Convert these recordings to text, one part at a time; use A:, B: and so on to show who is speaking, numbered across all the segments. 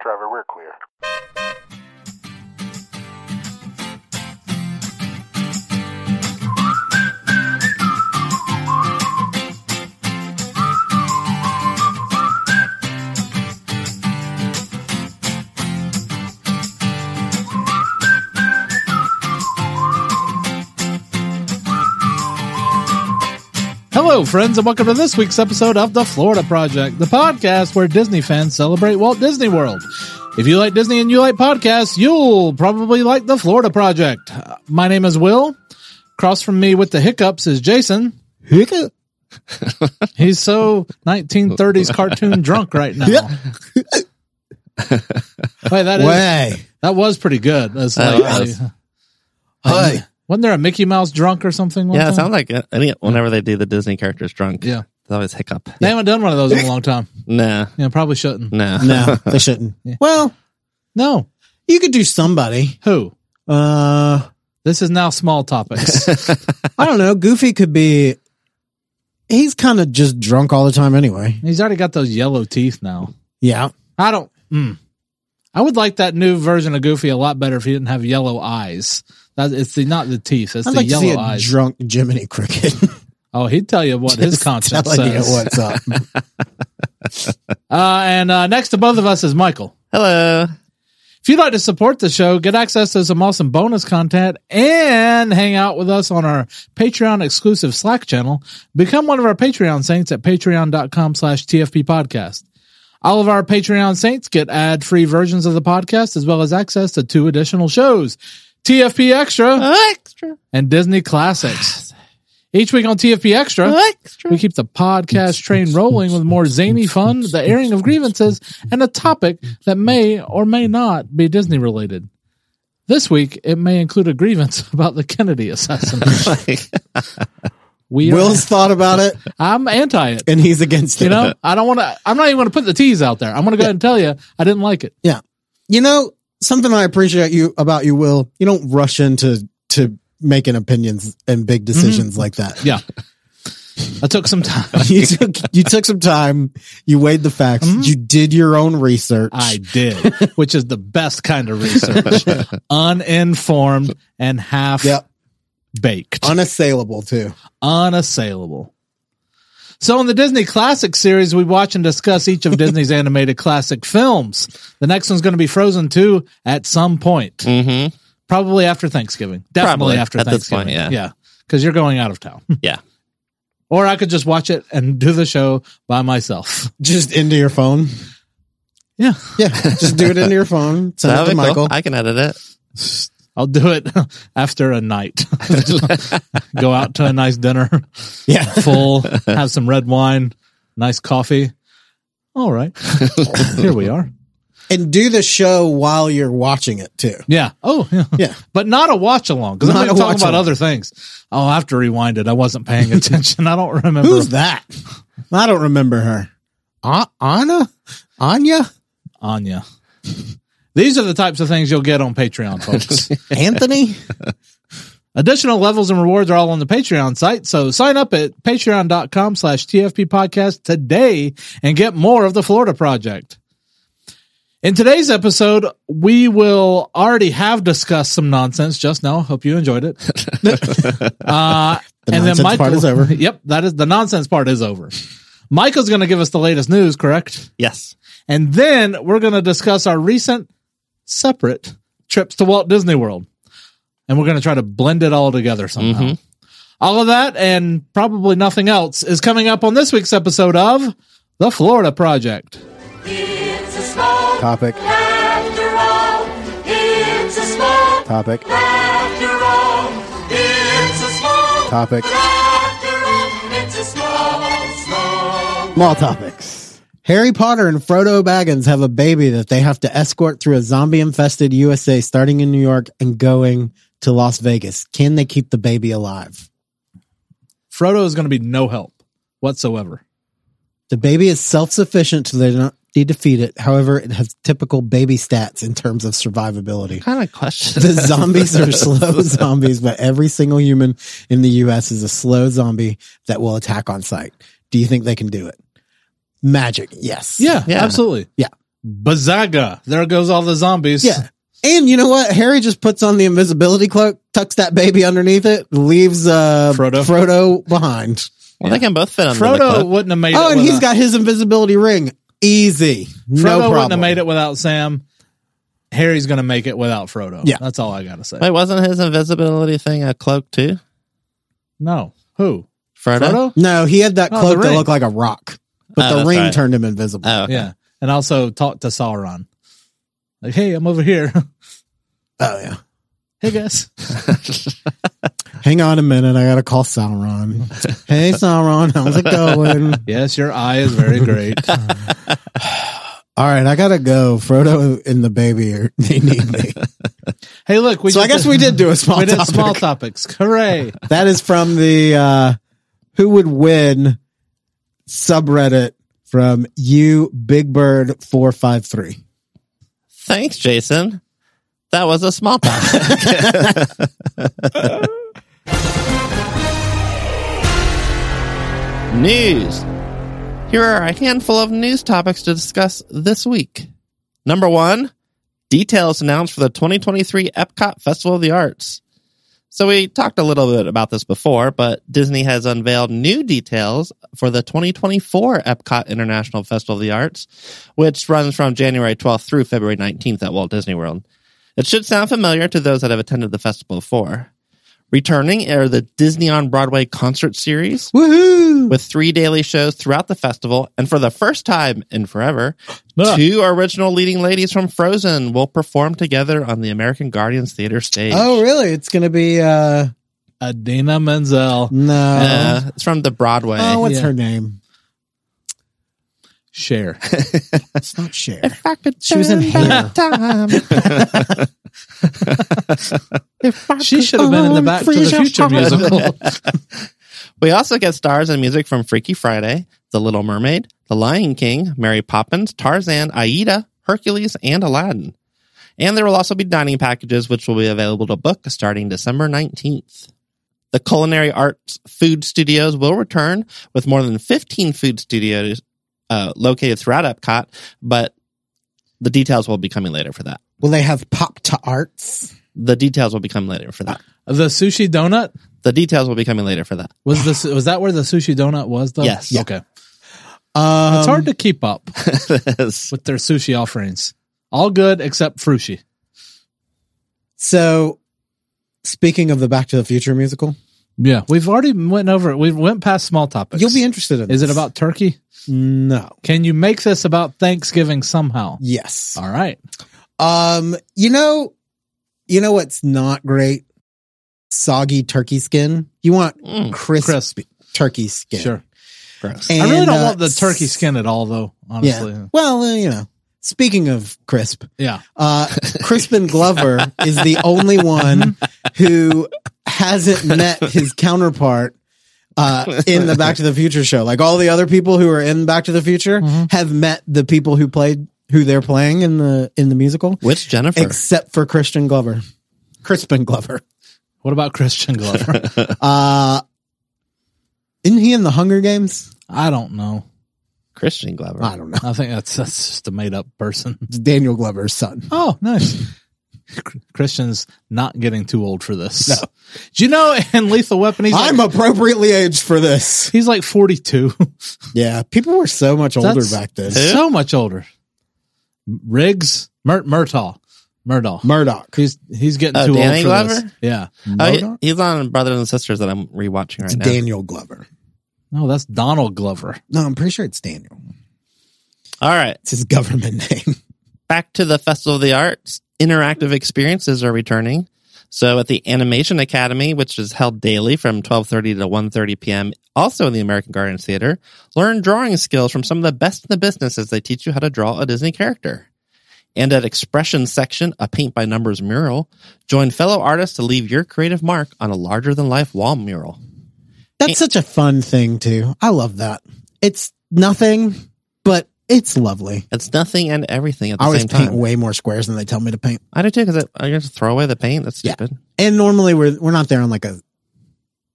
A: Driver, we're clear.
B: Hello, friends, and welcome to this week's episode of The Florida Project, the podcast where Disney fans celebrate Walt Disney World. If you like Disney and you like podcasts, you'll probably like The Florida Project. Uh, My name is Will. Across from me with the hiccups is Jason.
C: Hiccup.
B: He's so 1930s cartoon drunk right now.
C: Yeah.
B: Wait, that is,
C: Way.
B: that was pretty good. That's
D: That
B: like-
D: was.
C: Hey.
B: wasn't there a Mickey Mouse drunk or something? one
D: Yeah, it
B: time?
D: sounds like uh, I mean, whenever they do the Disney characters drunk,
B: Yeah.
D: it's always hiccup.
B: They haven't done one of those in a long time.
D: Nah,
B: Yeah, probably shouldn't.
D: nah,
C: No, they shouldn't. Well,
B: No.
C: you could do somebody.
B: Who?
C: Uh,
B: This is now small topics.
C: I don't know. Goofy could be. He's kind of just drunk all the time anyway.
B: He's already got those yellow teeth now.
C: Yeah.
B: I don't. Mm. I would like that new version of Goofy a lot better if he didn't have yellow eyes. That it's the not the teeth. It's
C: I'd
B: the
C: like to see
B: yellow
C: a
B: eyes.
C: drunk Jiminy Cricket.
B: oh, he'd tell you what his
C: Just
B: conscience
C: telling you
B: says.
C: what's up.
B: Uh, and uh, next to both of us is Michael.
D: Hello.
B: If you'd like to support the show, get access to some awesome bonus content, and hang out with us on our Patreon exclusive Slack channel, become one of our Patreon saints at patreon.com slash TFP podcast. All of our Patreon saints get ad free versions of the podcast as well as access to two additional shows TFP Extra
D: Oh, Extra,
B: and Disney Classics. Each week on TFP Extra, we
D: extra.
B: keep the podcast train rolling with more zany fun, the airing of grievances, and a topic that may or may not be Disney related. This week, it may include a grievance about the Kennedy assassination. We are,
C: Will's thought about it
B: I'm anti it.
C: and he's against it.
B: You know, I don't want to. I'm not even going to put the tease out there. I'm going to go ahead and tell you I didn't like it.
C: Yeah. You know, something I appreciate you about you, Will, you don't rush into to making opinions and big
B: Mm-hmm.
C: decisions like that.
B: Yeah, I took some time.
C: you took you took some time, you weighed the facts, you did your own research.
B: I did, which is the best kind of research, uninformed and half
C: yep.
B: baked.
C: Unassailable too.
B: unassailable. So, in the Disney Classic series, we watch and discuss each of Disney's animated classic films. The next one's going to be Frozen 2 at some point,
D: Mm-hmm.
B: probably after Thanksgiving. Definitely
D: Probably,
B: after
D: at this
B: Thanksgiving.
D: point, yeah.
B: Yeah. Because you're going out of town.
D: Yeah.
B: or I could just watch it and do the show by myself.
C: Just into your phone.
B: Yeah.
C: Yeah. Just do it into your phone. Send it
D: That'd
C: to
D: be cool.
C: Michael.
D: I can edit it.
B: I'll do it after a night. Go out to a nice dinner,
C: Yeah.
B: full, have some red wine, nice coffee. All right. Here we are.
C: And do the show while you're watching it too.
B: Yeah. Oh, yeah.
C: Yeah.
B: But not a watch along because
C: Not
B: I'm
C: a
B: talking about
C: watch-along.
B: other things. Oh, I have to rewind it. I wasn't paying attention. I don't remember.
C: Who's that? I don't remember her. A- Anna? Anya?
B: Anya? These are the types of things you'll get on Patreon, folks.
C: Anthony?
B: Additional levels and rewards are all on the Patreon site, so sign up at patreon.com slash TFP podcast today and get more of the Florida Project. In today's episode, we will already have discussed some nonsense just now. Hope you enjoyed it. uh,
C: The nonsense part is over.
B: Yep, that is the nonsense part is over. Michael's going to give us the latest news, correct?
D: Yes.
B: And then we're going to discuss our recent separate trips to Walt Disney World. And we're going to try to blend it all together somehow.
C: Mm-hmm.
B: All of that and probably nothing else is coming up on this week's episode of The Florida Project.
E: It's a small
C: Topic.
E: After all, it's a small
C: Topic.
E: After all, it's a small
C: Topic.
E: After all, it's a small, small.
C: Small topics. Harry Potter and Frodo Baggins have a baby that they have to escort through a zombie infested USA starting in New York and going to Las Vegas. Can they keep the baby alive?
B: Frodo is going to be no help whatsoever.
C: The baby is self sufficient, so they do not need to feed it. However, it has typical baby stats in terms of survivability.
D: Kind of question.
C: The zombies are slow zombies, but every single human in the US is a slow zombie that will attack on sight. Do you think they can do it? Magic, yes.
B: Yeah,
D: Yeah.
B: absolutely.
C: Yeah.
B: Bazaga. There goes all the zombies.
C: Yeah. And you know what? Harry just puts on the invisibility cloak, tucks that baby underneath it, leaves uh,
B: Frodo.
C: Frodo. behind.
D: Well, they can both fit under the
B: Frodo
D: cloak.
B: wouldn't have made it.
C: Oh, and
B: with
C: he's
B: a-
C: got his invisibility ring. Easy.
B: Frodo
C: no problem.
B: wouldn't have made it without Sam. Harry's gonna make it without Frodo.
C: Yeah.
B: that's all I gotta say.
D: Wait, wasn't his invisibility thing a cloak too?
B: No, who
D: Frodo?
B: Frodo?
C: No, he had that
B: Oh,
C: cloak
B: the
C: that
B: ring.
C: looked like a rock,
D: Oh,
C: but the
D: that's
C: ring
D: right.
C: turned him invisible.
D: Oh, okay.
B: Yeah, and also talk to Sauron. Like, hey, I'm over here.
C: Oh, yeah.
B: hey guys,
C: Hang on a minute. I got to call Sauron. hey, Sauron, how's it going?
B: yes, your eye is very great.
C: All right, I got to go. Frodo and the baby, are, they need me.
B: hey, look, we
C: so I
B: just-
C: guess we did do a small
B: we did
C: topic.
B: small topics. Hooray!
C: That is from the uh, Who Would Win subreddit from you, Big Bird 453.
D: Thanks, Jason. That was a small topic. news. Here are a handful of news topics to discuss this week. Number one, details announced for the 2023 Epcot Festival of the Arts. So we talked a little bit about this before, but Disney has unveiled new details for the 2024 Epcot International Festival of the Arts, which runs from January 12th through February 19th at Walt Disney World. It should sound familiar to those that have attended the festival before. Returning are the Disney on Broadway concert series,
C: Woohoo!
D: with three daily shows throughout the festival. And for the first time in forever,
B: Ah.
D: two original leading ladies from Frozen will perform together on the American Guardians Theater stage.
C: Oh, really? It's going to be, uh,
B: Adina Menzel.
C: no.
D: Uh, it's from the Broadway.
C: oh, what's
B: yeah.
C: her name?
B: Share.
C: It's not Cher.
D: I could
C: She was in
D: turn
C: Hair.
D: back time. If I
B: She
D: could
B: should have been in the
D: only
B: Back to the
D: freeze your
B: Future
D: heart.
B: musical.
D: We also get stars and music from Freaky Friday, The Little Mermaid, The Lion King, Mary Poppins, Tarzan, Aida, Hercules, and Aladdin. And there will also be dining packages, which will be available to book starting December 19th. The Culinary Arts Food Studios will return with more than 15 food studios uh, located throughout Epcot, but the details will be coming later for that.
C: Will they have Pop to Arts?
D: The details will be coming later for that.
B: the sushi donut
D: The details will be coming later for that.
B: was this. Was that where the sushi donut was? Though.
D: Yes.
B: Okay.
C: Um,
B: It's hard to keep up
D: Yes.
B: with their sushi offerings. All good except frushi.
C: So, speaking of the Back to the Future musical,
B: Yeah, we've already went over it. We went past small topics.
C: you'll be interested in
B: Is it
C: this.
B: about Turkey?
C: No.
B: Can you make this about Thanksgiving somehow?
C: Yes.
B: All right.
C: Um, you know, you know what's not great? Soggy turkey skin. You want
D: Mm,
C: crisp,
B: Crisp.
C: turkey skin.
B: Sure.
D: gross.
B: I really
C: And,
B: don't
C: uh,
B: want the turkey skin at all, though,
C: Yeah.
B: honestly. Yeah.
C: Well, uh, you know, speaking of crisp, uh, Crispin Glover is the only one who hasn't met his counterpart uh, in the Back to the Future show. Like all the other people who are in Back to the Future
B: Mhm.
C: have met the people who played who they're playing in the in the musical,
D: Which Jennifer?
C: except for Christian Glover, Crispin Glover.
B: What about Christian Glover?
C: Uh, isn't he in the Hunger Games?
B: I don't know.
D: Christian Glover.
C: I don't know.
B: I think that's that's just a made up person.
C: It's Daniel Glover's son.
B: Oh, nice. Christian's not getting too old for this. Do you know in Lethal Weapon he's
C: I'm
B: like,
C: appropriately aged for this.
B: he's like 42.
C: Yeah, people were so much older
B: That's-
C: back then.
B: so much older. Riggs Mur- Murtaugh. Murtaugh.
C: Murdoch.
B: He's he's getting
D: Oh,
B: too
D: Danny
B: old for
D: Glover?
B: this. Yeah.
D: Oh, he-
C: Murdoch?
D: he's on Brothers and Sisters that I'm rewatching right
C: It's
D: now.
C: Daniel Glover.
B: No, that's Donald Glover.
C: No, I'm pretty sure it's Daniel.
D: All right,
C: It's his government name.
D: back to the Festival of the Arts. Interactive experiences are returning. So at the Animation Academy, which is held daily from 12:30 to 1:30 p.m., also in the American Gardens Theater, learn drawing skills from some of the best in the business as they teach you how to draw a Disney character. And at Expression Section, a paint by numbers mural, join fellow artists to leave your creative mark on a larger than life wall mural.
C: That's such a fun thing too. I love that. It's nothing, but it's lovely.
D: It's nothing and everything at the
C: I always
D: same time.
C: paint way more squares than they tell me to paint.
D: I do too because I you have to throw away the paint. That's
C: Yeah.
D: stupid.
C: And normally we're we're not there on like a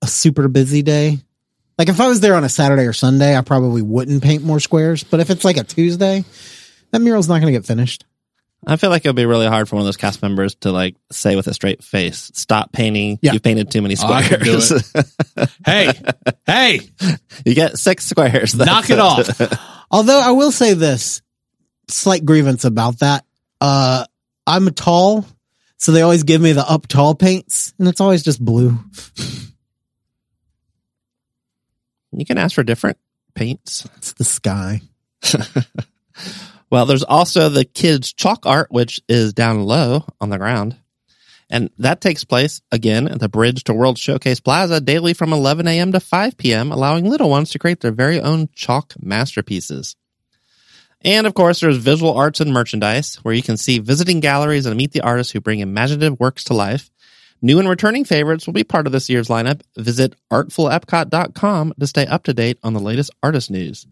C: a super busy day. Like if I was there on a Saturday or Sunday, I probably wouldn't paint more squares. But if it's like a Tuesday, That mural's not going to get finished.
D: I feel like it would be really hard for one of those cast members to like say with a straight face, "Stop painting.
C: Yeah.
D: You've painted too many
B: Oh, I
D: squares.
B: can do Hey, hey,
D: you get six squares.
B: knock it off.
C: Although I will say this slight grievance about that. Uh, I'm tall, so they always give me the up tall paints, and it's always just blue.
D: You can ask for different paints.
C: It's the sky.
D: Well, there's also the kids' chalk art, which is down low on the ground. And that takes place again at the Bridge to World Showcase Plaza daily from 11 a.m. to 5 p.m., allowing little ones to create their very own chalk masterpieces. And of course, there's visual arts and merchandise, where you can see visiting galleries and meet the artists who bring imaginative works to life. New and returning favorites will be part of this year's lineup. Visit artfulepcot.com to stay up to date on the latest artist news.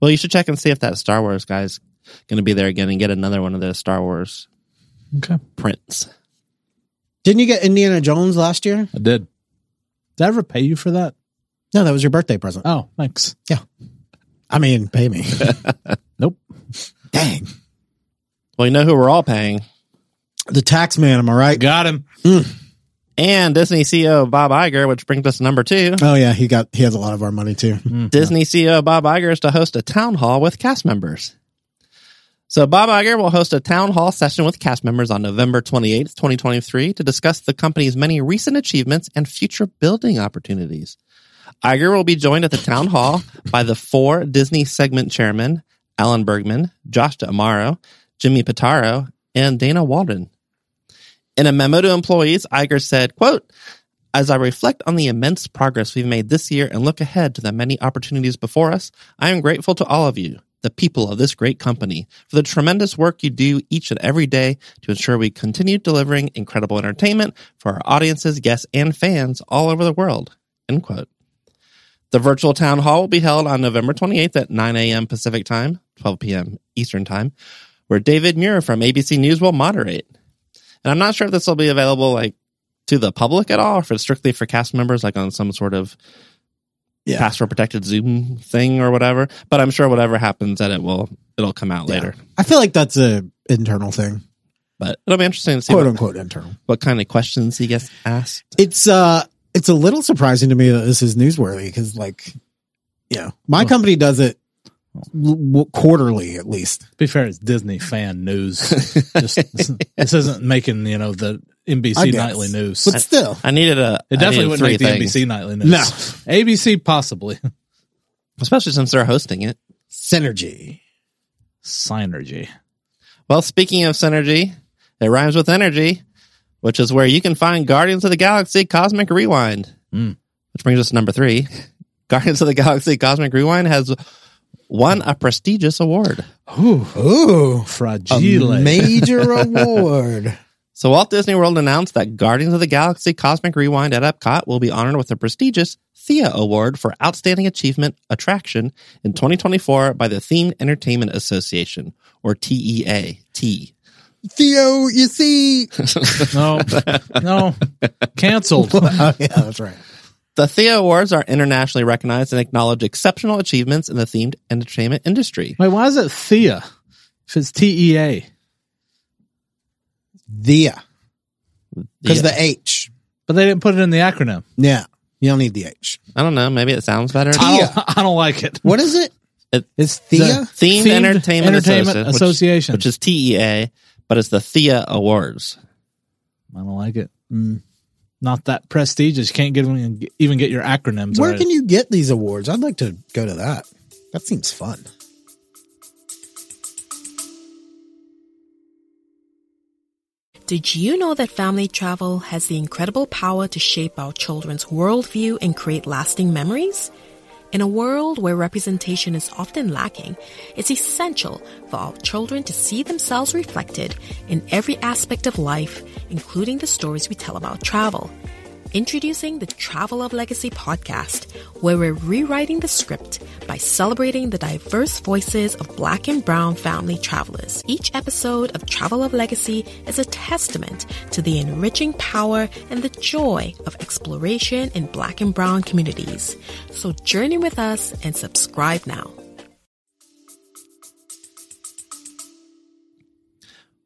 D: Well, you should check and see if that Star Wars guy's going to be there again and get another one of those Star Wars
B: Okay,
D: prints.
C: Didn't you get Indiana Jones last year?
B: I did. Did I ever pay you for that?
C: No, that was your birthday present.
B: Oh, thanks.
C: I mean, pay me.
B: Nope.
C: Dang.
D: Well, you know who we're all paying?
C: The tax man, am I right?
B: Got him.
D: And Disney CEO Bob Iger, which brings us to number two.
C: Oh yeah, he got he has a lot of our money too.
D: Disney CEO Bob Iger is to host a town hall with cast members. So Bob Iger will host a town hall session with cast members on November 28th, 2023 to discuss the company's many recent achievements and future building opportunities. Iger will be joined at the town hall by the four Disney segment chairmen, Alan Bergman, Josh D'Amaro, Jimmy Pitaro, and Dana Walden. In a memo to employees, Iger said, quote, as I reflect on the immense progress we've made this year and look ahead to the many opportunities before us, I am grateful to all of you, the people of this great company, for the tremendous work you do each and every day to ensure we continue delivering incredible entertainment for our audiences, guests, and fans all over the world. End quote. The virtual town hall will be held on November 28th at 9 a.m. Pacific Time, 12 p.m. Eastern Time, where David Muir from ABC News will moderate. And I'm not sure if this will be available like to the public at all, or if it's strictly for cast members, like on some sort of
C: Yeah.
D: password protected Zoom thing or whatever. But I'm sure whatever happens, that it will it'll come out
C: Yeah.
D: later.
C: I feel like that's a internal thing,
D: But it'll be interesting to see
C: quote
D: what,
C: unquote internal.
D: what kind of questions he gets asked.
C: It's uh, it's a little surprising to me that this is newsworthy because like, you know, my
B: Well-
C: company does it w- w- quarterly at least.
B: Be fair, it's Disney fan news. Just, this, this isn't making you know the
C: I
B: NBC
C: guess.
B: nightly news.
C: But still,
D: I needed a.
B: It
D: I
B: definitely
D: needed
B: wouldn't make
D: three
B: the
D: things,
B: NBC nightly news.
C: no
B: ABC possibly.
D: especially since they're hosting it.
C: synergy.
B: Synergy.
D: Well, speaking of synergy, it rhymes with energy, which is where you can find Guardians of the Galaxy Cosmic Rewind,
B: Mm.
D: which brings us to number three. Guardians of the Galaxy Cosmic Rewind has won a prestigious award.
B: Ooh,
C: Ooh,
B: fragile.
C: a major award.
D: So Walt Disney World announced that Guardians of the Galaxy Cosmic Rewind at Epcot will be honored with the prestigious Thea Award for Outstanding Achievement Attraction in 2024 by the Themed Entertainment Association, or TEA. T.
C: Theo, you see,
B: no, no, canceled.
C: oh, yeah, that's right.
D: The Thea Awards are internationally recognized and acknowledge exceptional achievements in the themed entertainment industry.
B: Wait, why is it Thea? If it's T E A,
C: Thea, because
D: Yeah.
C: the H.
B: but they didn't put it in the acronym.
C: Yeah, you don't need the H.
D: I don't know. Maybe it sounds better.
B: I
C: Thea.
B: don't, I don't like it.
C: What is it?
D: It-
C: It's Thea.
D: Themed, Entertainment, Association, which-
B: Association.
D: Which, is TEA, but it's the Thea Awards.
B: I don't like it. Mm. Not that prestigious. You can't get even, even get your acronyms.
C: Where
B: right.
C: can you get these awards? I'd like to go to that. That seems fun.
A: Did you know that family travel has the incredible power to shape our children's worldview and create lasting memories? In a world where representation is often lacking, it's essential for our children to see themselves reflected in every aspect of life, including the stories we tell about travel. Introducing the Travel of Legacy podcast, where we're rewriting the script by celebrating the diverse voices of Black and Brown family travelers. Each episode of Travel of Legacy is a testament to the enriching power and the joy of exploration in Black and Brown communities. So journey with us and subscribe now.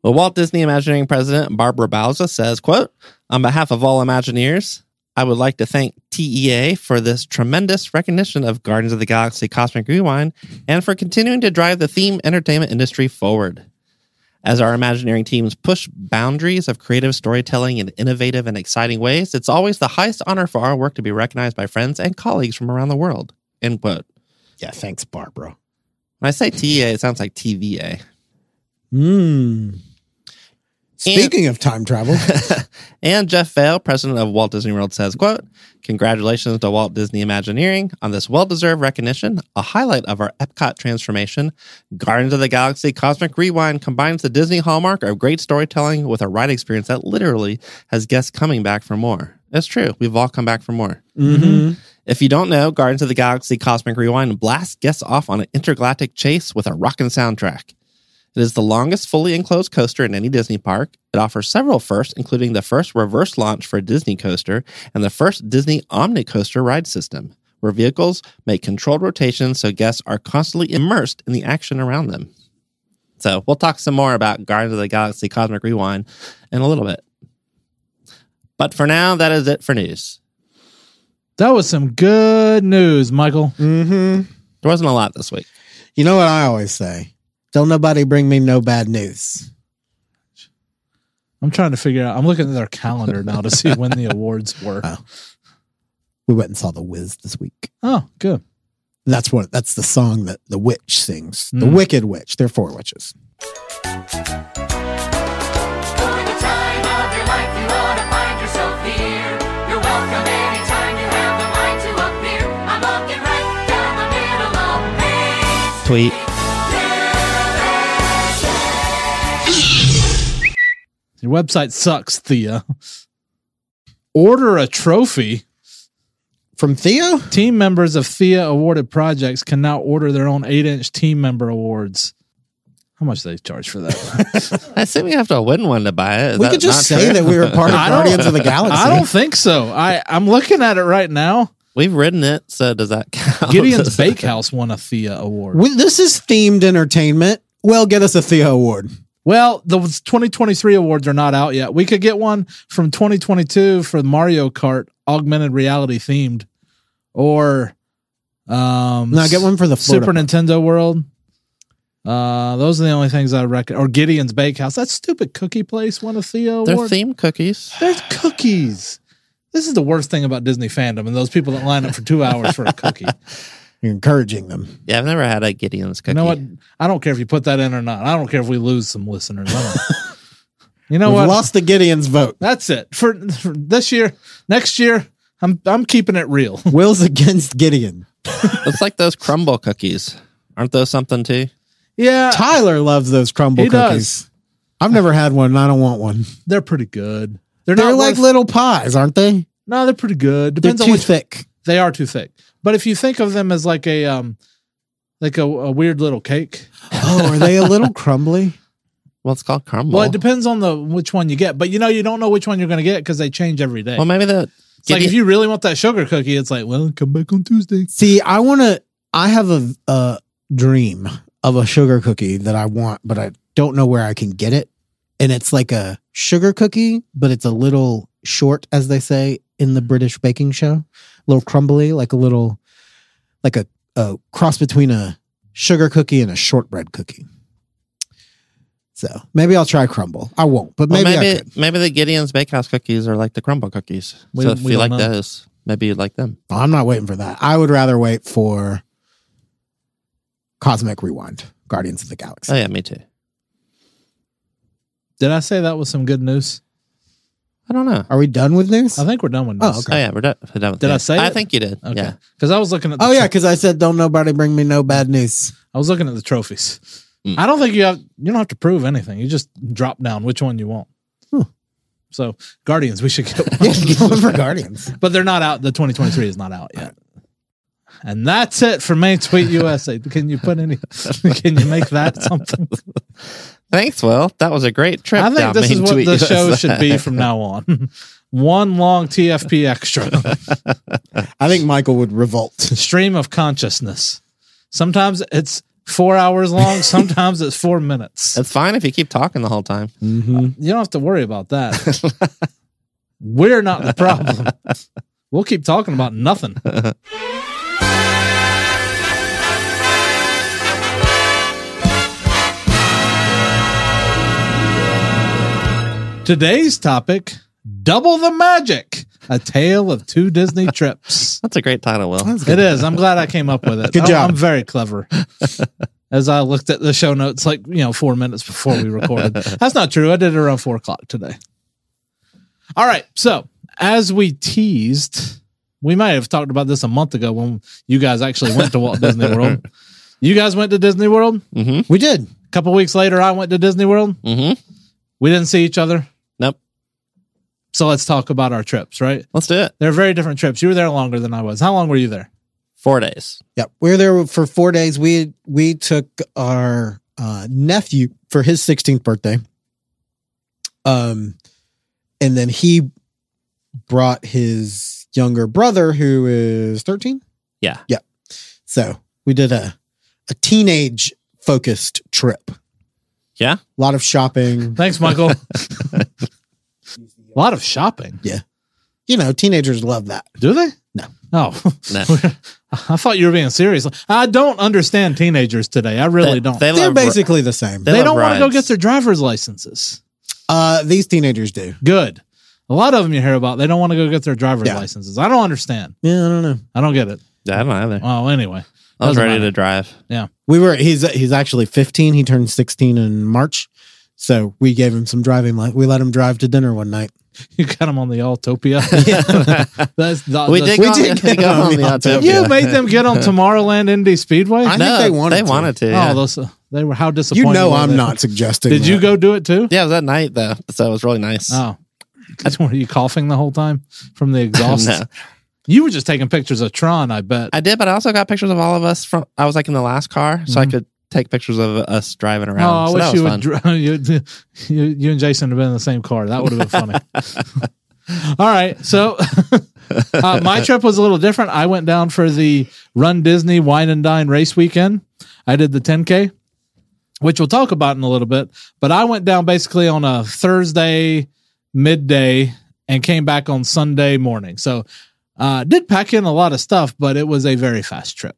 D: The Walt Disney Imagineering president, Barbara Bauza, says, quote, on behalf of all Imagineers, I would like to thank TEA for this tremendous recognition of Guardians of the Galaxy Cosmic Rewind and for continuing to drive the theme entertainment industry forward. As our Imagineering teams push boundaries of creative storytelling in innovative and exciting ways, it's always the highest honor for our work to be recognized by friends and colleagues from around the world. End quote.
C: Yeah, thanks, Barbara.
D: When I say TEA, it sounds like TVA.
C: Mm. Speaking of time travel,
D: And Jeff Vail, president of Walt Disney World, says, quote, Congratulations to Walt Disney Imagineering on this well-deserved recognition, a highlight of our Epcot transformation. Guardians of the Galaxy Cosmic Rewind combines the Disney hallmark of great storytelling with a ride experience that literally has guests coming back for more. It's true. We've all come back for more.
C: Mhm.
D: If you don't know, Guardians of the Galaxy Cosmic Rewind blasts guests off on an intergalactic chase with a rockin' soundtrack. It is the longest fully enclosed coaster in any Disney park. It offers several firsts, including the first reverse launch for a Disney coaster and the first Disney Omni coaster ride system, where vehicles make controlled rotations so guests are constantly immersed in the action around them. So we'll talk some more about Guardians of the Galaxy Cosmic Rewind in a little bit. But for now, that is it for news.
B: That was some good news, Michael.
D: There wasn't a lot this week.
C: mm-hmm. you know what I always say? Don't nobody bring me no bad news.
B: I'm trying to figure out. I'm looking at their calendar now to see when the awards were.
C: Oh. We went and saw The Wiz this week.
B: Oh, good.
C: That's what. That's the song that the witch sings. The
B: Mm.
C: Wicked Witch. There are four witches.
E: During the time of your life, you ought to find yourself here. You're welcome anytime you have the mind to appear. I'm walking right down the middle of Main
D: Tweet.
B: Your website sucks, Thea. Order a trophy.
C: From Theo.
B: Team members of Thea awarded projects can now order their own eight inch team member awards. How much do they charge for that?
D: I assume you have to win one to buy it. Is
C: we
D: that
C: could
D: not
C: just say
D: true?
C: that we were part of
B: I don't-
C: Guardians of the Galaxy.
B: I don't think so. I, I'm looking at it right now.
D: We've ridden it, so does that
C: Oh,
D: count?
B: Gideon's Bakehouse won a Thea award.
C: We- this is themed entertainment. Well, get us a Theo Award.
B: Well, the 2023 awards are not out yet. We could get one from 2022 for Mario Kart augmented reality themed, or um,
C: No, get one for the Florida
B: Super
C: part.
B: Nintendo World. Uh, those are the only things I reckon. Or Gideon's Bakehouse. That stupid cookie place won a Theo
D: They're
B: award.
D: themed cookies.
B: There's cookies. This is the worst thing about Disney fandom and those people that line up for two hours for a cookie.
C: You're encouraging them.
D: Yeah, I've never had a Gideon's cookie.
B: You know what? I don't care if you put that in or not. I don't care if we lose some listeners. I don't. you know
C: We've
B: what?
C: lost the Gideon's vote.
B: That's it for, for this year. Next year, I'm I'm keeping it real.
C: Will's against Gideon.
D: It's like those crumble cookies. Aren't those something too?
B: yeah,
C: Tyler loves those crumble
B: He does.
C: cookies. I've never had one. and I don't want one.
B: they're pretty good. They're,
C: They're
B: not
C: like
B: like
C: little pies, aren't they?
B: no, they're pretty good.
C: They're
B: Depends on
C: too
B: which
C: thick.
B: they are too thick. But if you think of them as like a um like a, a weird little cake,
C: Oh, are they a little crumbly?
D: Well, it's called crumble.
B: well, it depends on the which one you get. But you know, you don't know which one you're going to get because they change every day.
D: Well, maybe the
B: it's like if you really want that sugar cookie, it's like, well, come back on Tuesday.
C: See, I want to. I have a, a dream of a sugar cookie that I want, but I don't know where I can get it. And it's like a sugar cookie, but it's a little short, as they say in the British baking show, a little crumbly, like a little, like a, a cross between a sugar cookie and a shortbread cookie. So maybe I'll try crumble. I won't, but
D: well,
C: maybe,
D: maybe
C: I
D: maybe,
C: could.
D: the Gideon's Bakehouse cookies are like the crumble cookies.
B: We-
D: so if
B: we
D: you
B: don't
D: like
B: know.
D: those, maybe you'd like them.
C: Oh, I'm not waiting for that. I would rather wait for Cosmic Rewind, Guardians of the Galaxy.
D: Oh yeah, me too.
B: Did I say that was some good news?
D: I don't know.
C: Are we done with news?
B: I think we're done with
C: Oh,
B: news.
C: okay.
D: Oh yeah, we're done. we're done with
B: Did I
D: this.
B: say
D: I
B: it?
D: think you did.
B: Okay.
D: Yeah.
B: Because I was looking at the
C: oh yeah, because I said don't nobody bring me no bad news.
B: I was looking at the trophies.
D: Mm.
B: I don't think you have you don't have to prove anything. You just drop down which one you want.
C: Hmm.
B: So Guardians, we should get
C: Yeah, get one
B: one.
C: for Guardians.
B: but they're not out. The 2023 is not out yet. And that's it for Main Tweet USA. Can you put any? Can you make that something?
D: Thanks, Will. That was a great trip.
B: I think
D: down
B: this
D: Main
B: is what
D: Tweet
B: the
D: USA.
B: show should be from now on. One long TFP extra.
C: I think Michael would revolt.
B: stream of consciousness. Sometimes it's four hours long. Sometimes it's four minutes.
D: That's fine if you keep talking the whole time.
B: You don't have to worry about that. We're not the problem. We'll keep talking about nothing. Today's topic Double the Magic, a tale of two Disney trips.
D: That's a great title, Will.
B: It is. I'm glad I came up with it.
C: Good
B: I'm-
C: job.
B: I'm very clever. As I looked at the show notes, like you know, four minutes before we recorded. That's not true. I did it around four o'clock today. All right. So as we teased, we might have talked about this a month ago when you guys actually went to Walt Disney World. You guys went to Disney World.
C: We did.
B: A couple weeks later, I went to Disney World.
D: Mm-hmm.
B: We didn't see each other.
D: Nope.
B: So let's talk about our trips. Right?
D: Let's do it.
B: They're very different trips. You were there longer than I was. How long were you there?
D: Four days.
C: Yep. We were there for four days. We we took our uh, nephew for his 16th birthday. Um, and then he brought his younger brother who is 13.
D: Yeah.
C: Yeah. So we did a a teenage focused trip.
D: Yeah.
C: A lot of shopping.
B: Thanks, Michael. a lot of shopping.
C: You know, teenagers love that.
B: Do they?
C: No.
B: Oh,
D: No.
B: I thought you were being serious. I don't understand teenagers today. I really
D: They-
B: don't. They,
D: They
C: They're
D: love,
C: basically the same.
D: they love
B: don't want to go
D: rides.
B: get their driver's licenses.
C: Uh, these teenagers do.
B: Good. A lot of them you hear about, they don't want to go get their driver's
C: Yeah.
B: licenses. I don't understand.
C: Yeah, I don't know.
B: I don't get it.
D: I don't know either.
B: Well, anyway.
D: I was
B: doesn't
D: ready
B: matter.
D: to drive.
C: We were he's he's actually 15. He turned 16 in March. So we gave him some driving li- we let him drive to dinner one night.
B: You got them on the Altopia. that's the,
D: we
B: the-
D: did
C: we
D: go,
C: did
D: on, we
C: get
D: go
C: on
D: on
C: the
D: the
C: Autopia.
D: Autopia.
B: You made them get on Tomorrowland Indy Speedway?
C: I
D: no,
C: think they wanted
D: They
C: to.
D: wanted to. yeah.
B: Oh, those, they were how disappointed.
C: You know
B: were
C: I'm
B: they?
C: not suggesting.
B: Did you
C: that.
B: go do it too?
D: yeah, it was at night though, so it was really nice.
B: Oh. Were you coughing the whole time from the exhaust?
D: No.
B: You were just taking pictures of Tron, I bet.
D: I did, but I also got pictures of all of us from. I was like in the last car, so I could take pictures of us driving
B: Mm-hmm. oh, I
D: around. so that
B: wish
D: was
B: you
D: fun.
B: would. dr- You, you, you and Jason have been in the same car. That would have been funny. All right, so uh, my trip was a little different. I went down for the Run Disney Wine and Dine race weekend. I did the 10K, which we'll talk about in a little bit. But I went down basically on a Thursday midday and came back on Sunday morning. So uh, did pack in a lot of stuff, but it was a very fast trip.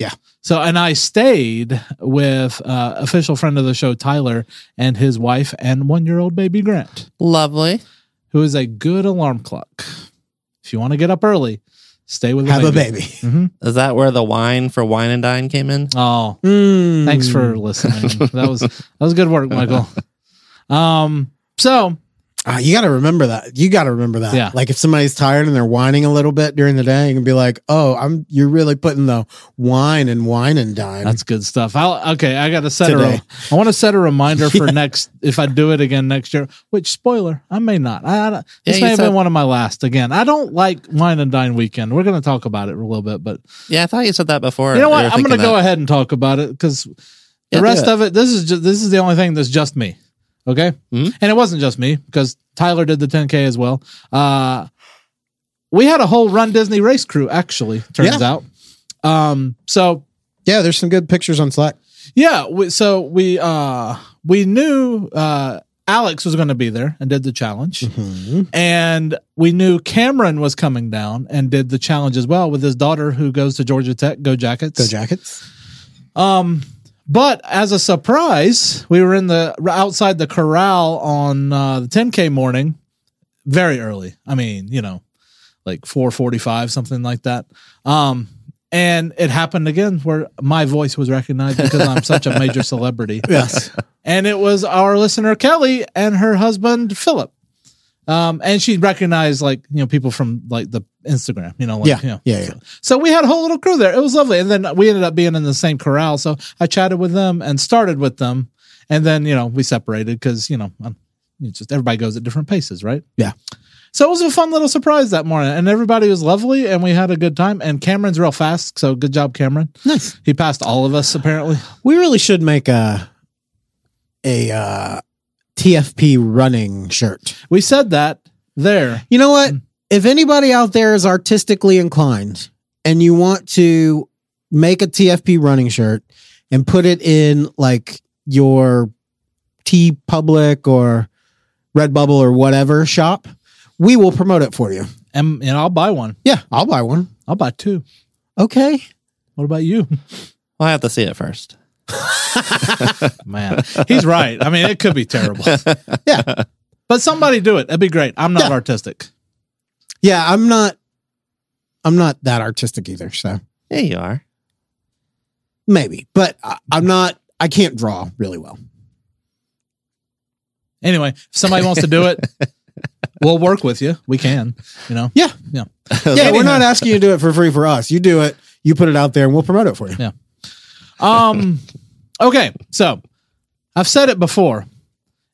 C: Yeah.
B: So and I stayed with uh, official friend of the show Tyler and his wife and one year old baby Grant
D: Lovely.
B: who is a good alarm clock. If you want to get up early, stay with the
C: have a baby?
D: Is that where the wine for wine and dine came in?
B: Oh, thanks
C: Hmm.
B: for listening. that was that was good work, Michael. Um, so
C: Ah, you got to remember that. You got to remember that.
B: Yeah.
C: Like if somebody's tired and they're whining a little bit during the day, you can be like, "Oh, I'm you're really putting the wine and wine and dine."
B: that's good stuff. I'll okay. I got to set a.
C: Today.
B: I want to set a reminder for next if I do it again next year. Which spoiler, I may not. I, I don't-
D: Yeah,
B: this
D: you
B: may have
D: said-
B: been one of my last again. I don't like wine and dine weekend. We're going to talk about it a little bit, but
D: Yeah, I thought you said that before.
B: you know
D: were
B: what? I'm going
D: thinking
B: to go
D: that.
B: ahead and talk about it because the
D: Yeah, do
B: rest
D: it.
B: of it, this is just this is the only thing that's just me. Okay,
D: Mhm.
B: and it wasn't just me because Tyler did the 10K as well. Uh, we had a whole Run Disney race crew. Actually, turns out. Um, so
C: yeah, there's some good pictures on Slack.
B: yeah, we, so we uh we knew uh Alex was going to be there and did the challenge,
C: Hmm.
B: and we knew Cameron was coming down and did the challenge as well with his daughter who goes to Georgia Tech. Go Jackets! Um,
C: Go Jackets.
B: But as a surprise, we were in the outside the corral on uh, the 10k morning, very early. I mean, you know, like 4:45, something like that. Um, and it happened again where my voice was recognized because I'm such a major celebrity.
C: Yes.
B: And it was our listener Kelly and her husband Philip. Um, and she recognized like you know people from like the Instagram, you know, like
C: yeah.
B: you
C: Yeah.
B: know,
C: Yeah.
B: so we had a whole little crew there. It was lovely. And then we ended up being in the same corral. So I chatted with them and started with them. And then, you know, we separated because, you know, I'm, it's just everybody goes at different paces, right?
C: Yeah.
B: So it was a fun little surprise that morning. And everybody was lovely and we had a good time. And Cameron's real fast. So good job, Cameron.
C: Nice.
B: He passed all of us, apparently.
C: We really should make a a uh, TFP running shirt.
B: We said that there.
C: You know what? If anybody out there is artistically inclined and you want to make a TFP running shirt, and put it in like your T Public or Redbubble or whatever shop, we will promote it for you.
B: And, and I'll buy one.
C: Yeah, I'll buy one.
B: I'll buy two.
C: Okay.
B: What about you?
D: Well, I have to see it first.
B: Man, he's right. I mean, it could be terrible. yeah. But somebody do it. That'd be great. I'm not
C: Yeah.
B: artistic.
C: Yeah, I'm not I'm not that artistic either, so
D: Yeah, you are.
C: maybe. But I, I'm not I can't draw really well.
B: Anyway, if somebody wants to do it, we'll work with you. We can, you know.
C: Yeah.
B: Yeah.
C: Yeah,
B: Anyhow.
C: we're not asking you to do it for free for us. You do it, you put it out there and we'll promote it for you.
B: Yeah. Um okay, so I've said it before.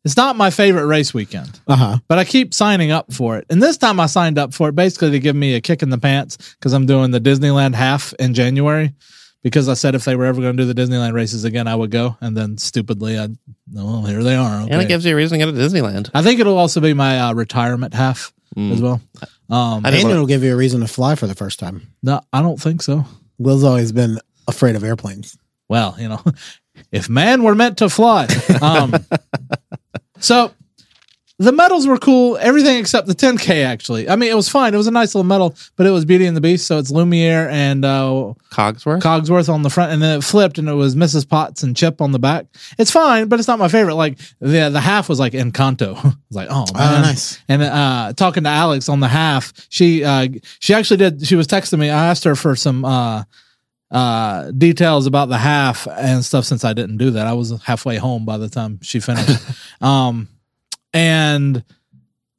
B: It's not my favorite race weekend,
C: Uh-huh.
B: but I keep signing up for it. And this time I signed up for it basically to give me a kick in the pants cuz I'm doing the Disneyland half in January because I said if they were ever going to do the Disneyland races again I would go and then stupidly I well, here they are.
D: And
B: okay.
D: it gives you a reason to go to Disneyland.
B: I think it'll also be my uh, retirement half
D: Mm.
B: as well. Um,
D: I
C: And
D: didn't wanna-
C: it'll give you a reason to fly for the first time.
B: no, I don't think so.
C: Will's always been afraid of airplanes.
B: Well, you know, if man were meant to fly. Um, so the medals were cool, everything except the 10K, actually. I mean, it was fine. It was a nice little medal, but it was Beauty and the Beast. So it's Lumiere and uh,
D: Cogsworth.
B: Cogsworth on the front, and then it flipped, and it was Mrs. Potts and Chip on the back. It's fine, but it's not my favorite. Like the the half was like Encanto. I was like, oh man,
C: nice.
B: And uh, talking to Alex on the half, she uh, she actually did. She was texting me. I asked her for some uh, uh, details about the half and stuff since I didn't do that. I was halfway home by the time she finished. um, and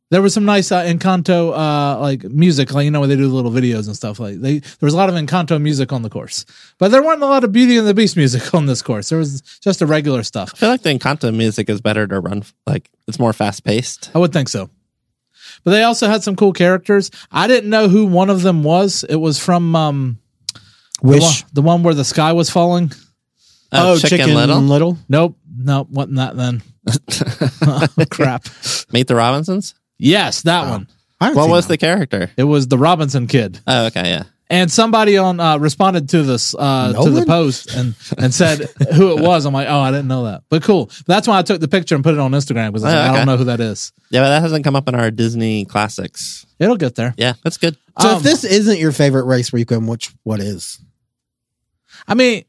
B: there was some nice uh, Encanto uh, like music, like you know where they do the little videos and stuff. Like they, there was a lot of Encanto music on the course, but there weren't a lot of Beauty and the Beast music on this course. There was just the regular stuff.
D: I feel like the Encanto music is better to run. Like it's more fast paced.
B: I would think so. But they also had some cool characters. I didn't know who one of them was. It was from um, the, one,
C: Wish
B: the one where the sky was falling.
D: Oh, Chicken, Little,
B: Nope, nope, wasn't that then? Oh, crap.
D: Meet the Robinsons.
B: Yes, that one.
C: I haven't
D: What
C: seen
D: was
C: that
D: the character?
B: It was the Robinson kid.
D: Oh, okay, yeah.
B: and somebody on uh, responded to this uh, to the
C: Nolan?
B: post and and said who it was. I'm like, oh, I didn't know that, but cool. That's why I took the picture and put it on Instagram because I, was
D: Oh,
B: like, I
D: okay.
B: don't know who that is.
D: Yeah, but that hasn't come up in our Disney classics.
B: It'll get there.
D: Yeah, that's good.
C: one. So
B: Um,
C: if this isn't your favorite race weekend, which what is?
B: I mean,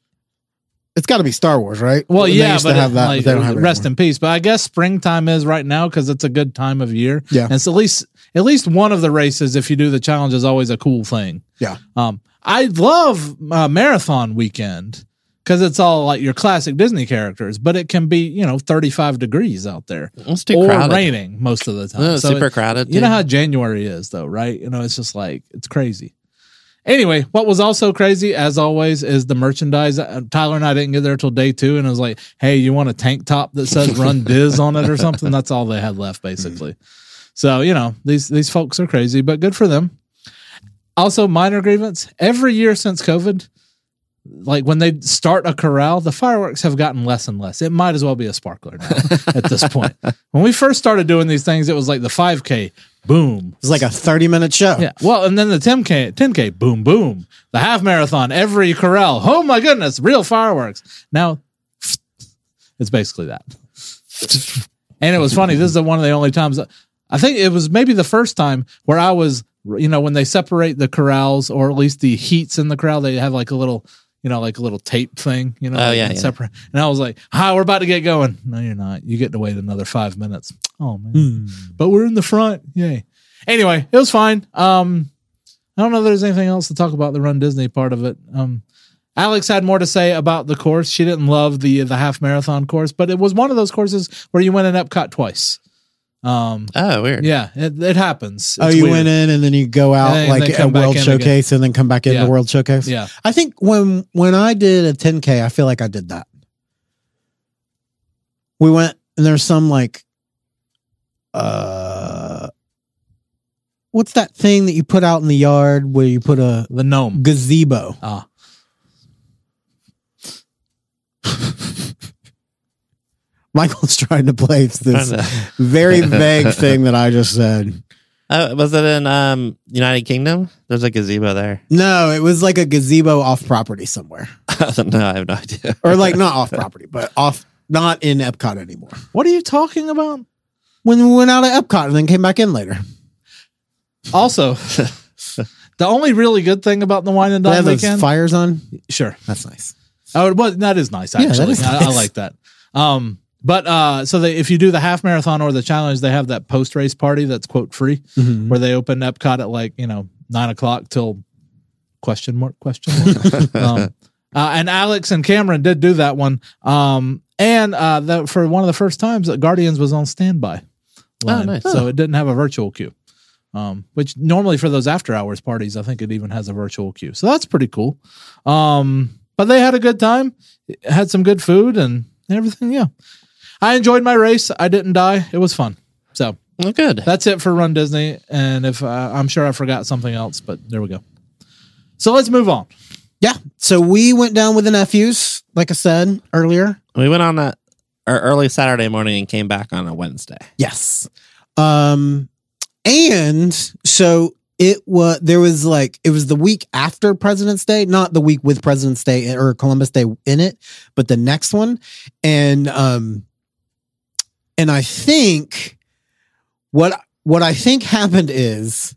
C: It's got to be Star Wars, right?
B: well,
C: They
B: yeah,
C: used to
B: but,
C: have that,
B: like,
C: but they don't have it
B: rest
C: anymore.
B: in peace. But I guess springtime is right now because it's a good time of year.
C: Yeah.
B: and it's at least at least one of the races. If you do the challenge, is always a cool thing.
C: Yeah.
B: Um, I love uh, marathon weekend because it's all like your classic Disney characters, but it can be you know 35 degrees out there.
D: It's too
B: or
D: crowded.
B: raining most of the time.
D: No, it's
B: So
D: super
B: it-
D: crowded.
B: You know
D: dude.
B: how January is, though, right? You know, it's just like it's crazy. Anyway, what was also crazy, as always, is the merchandise. Uh, Tyler and I didn't get there till day two, and it was like, "Hey, you want a tank top that says Run Diz on it or something?" That's all they had left, basically. So you know, these these folks are crazy, but good for them. Also, minor grievance. Every year since COVID, like when they start a corral, the fireworks have gotten less and less. It might as well be a sparkler now at this point. When we first started doing these things, it was like the 5K, boom.
C: It's like a thirty-minute show.
B: Yeah. Well, and then the 10K, 10K, boom, boom. The half marathon, every corral. Oh my goodness, real fireworks. Now, it's basically that. And it was funny. This is the one of the only times I think it was maybe the first time where I was, you know, when they separate the corrals or at least the heats in the corral, they have like a little, you know, like a little tape thing, you know,
D: Oh,
B: like,
D: yeah,
B: and
D: yeah.
B: separate. And I was like, "Hi, we're about to get going." No, you're not. You get to wait another five minutes. Oh man,
D: Hmm.
B: but we're in the front. Yay. Anyway, it was fine. Um, I don't know if there's anything else to talk about the Run Disney part of it. Um, Alex had more to say about the course. She didn't love the the half marathon course, but it was one of those courses where you went in Epcot twice. Um,
D: Oh, weird.
B: yeah, it, it happens.
C: Oh,
B: It's
C: you
B: weird.
C: went in and then you go out
B: And then
C: like
B: come
C: a
B: back
C: World
B: in again.
C: Showcase and then come back in
B: Yeah.
C: the World Showcase.
B: Yeah.
C: I think when when I did a 10K, I feel like I did that. We went and there's some like uh what's that thing that you put out in the yard where you put a
B: The gnome.
C: gazebo?
B: Ah.
C: Michael's trying to place this
D: Kinda.
C: very vague thing that I just said.
D: Oh, was it in um United Kingdom? There's a gazebo there.
C: No, it was like a gazebo off property somewhere.
D: no, I have no idea.
C: or like not off property, but off not in Epcot anymore.
B: What are you talking about?
C: When we went out of Epcot and then came back in later.
B: Also, the only really good thing about the wine and
C: They
B: dine
C: have those
B: weekend,
C: fires on.
B: sure.
C: That's nice.
B: Oh, it was, that is nice.
C: Yeah, that
B: Actually,
C: is
B: I, I
C: nice.
B: like that. Um, but uh, so they, if you do the half marathon or the challenge, they have that post race party that's quote free,
C: Mm-hmm.
B: where they open Epcot at like you know nine o'clock till question mark question mark. um, uh, and Alex and Cameron did do that one. Um, and uh, the, for one of the first times, uh, Guardians was on standby. line.
D: nice.
B: So it didn't have a virtual queue, um, which normally for those after hours parties, I think it even has a virtual queue. So that's pretty cool. Um, but they had a good time, had some good food and everything. Yeah. I enjoyed my race. I didn't die. It was fun. So
D: Well, good.
B: that's it for Run Disney. And if uh, I'm sure I forgot something else, but there we go. So let's move on.
C: Yeah. So we went down with the nephews, like I said earlier.
D: We went on a, our early Saturday morning and came back on a Wednesday.
C: Yes. Um, and so it was there was like it was the week after President's Day, not the week with President's Day or Columbus Day in it, but the next one. And um, and I think what what I think happened is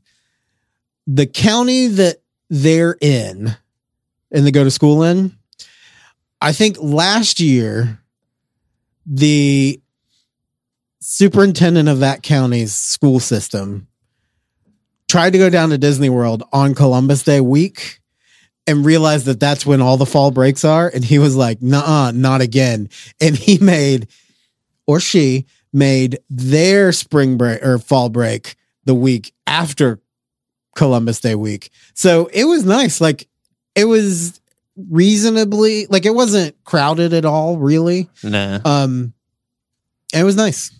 C: the county that they're in and they go to school in. I think last year the superintendent of that county's school system tried to go down to Disney World on Columbus Day week and realized that that's when all the fall breaks are. And he was like, nah, not again. And he made, or she made their spring break or fall break the week after Columbus Day week. So it was nice. Like it was reasonably, like it wasn't crowded at all, really.
D: Nah.
C: Um, it was nice.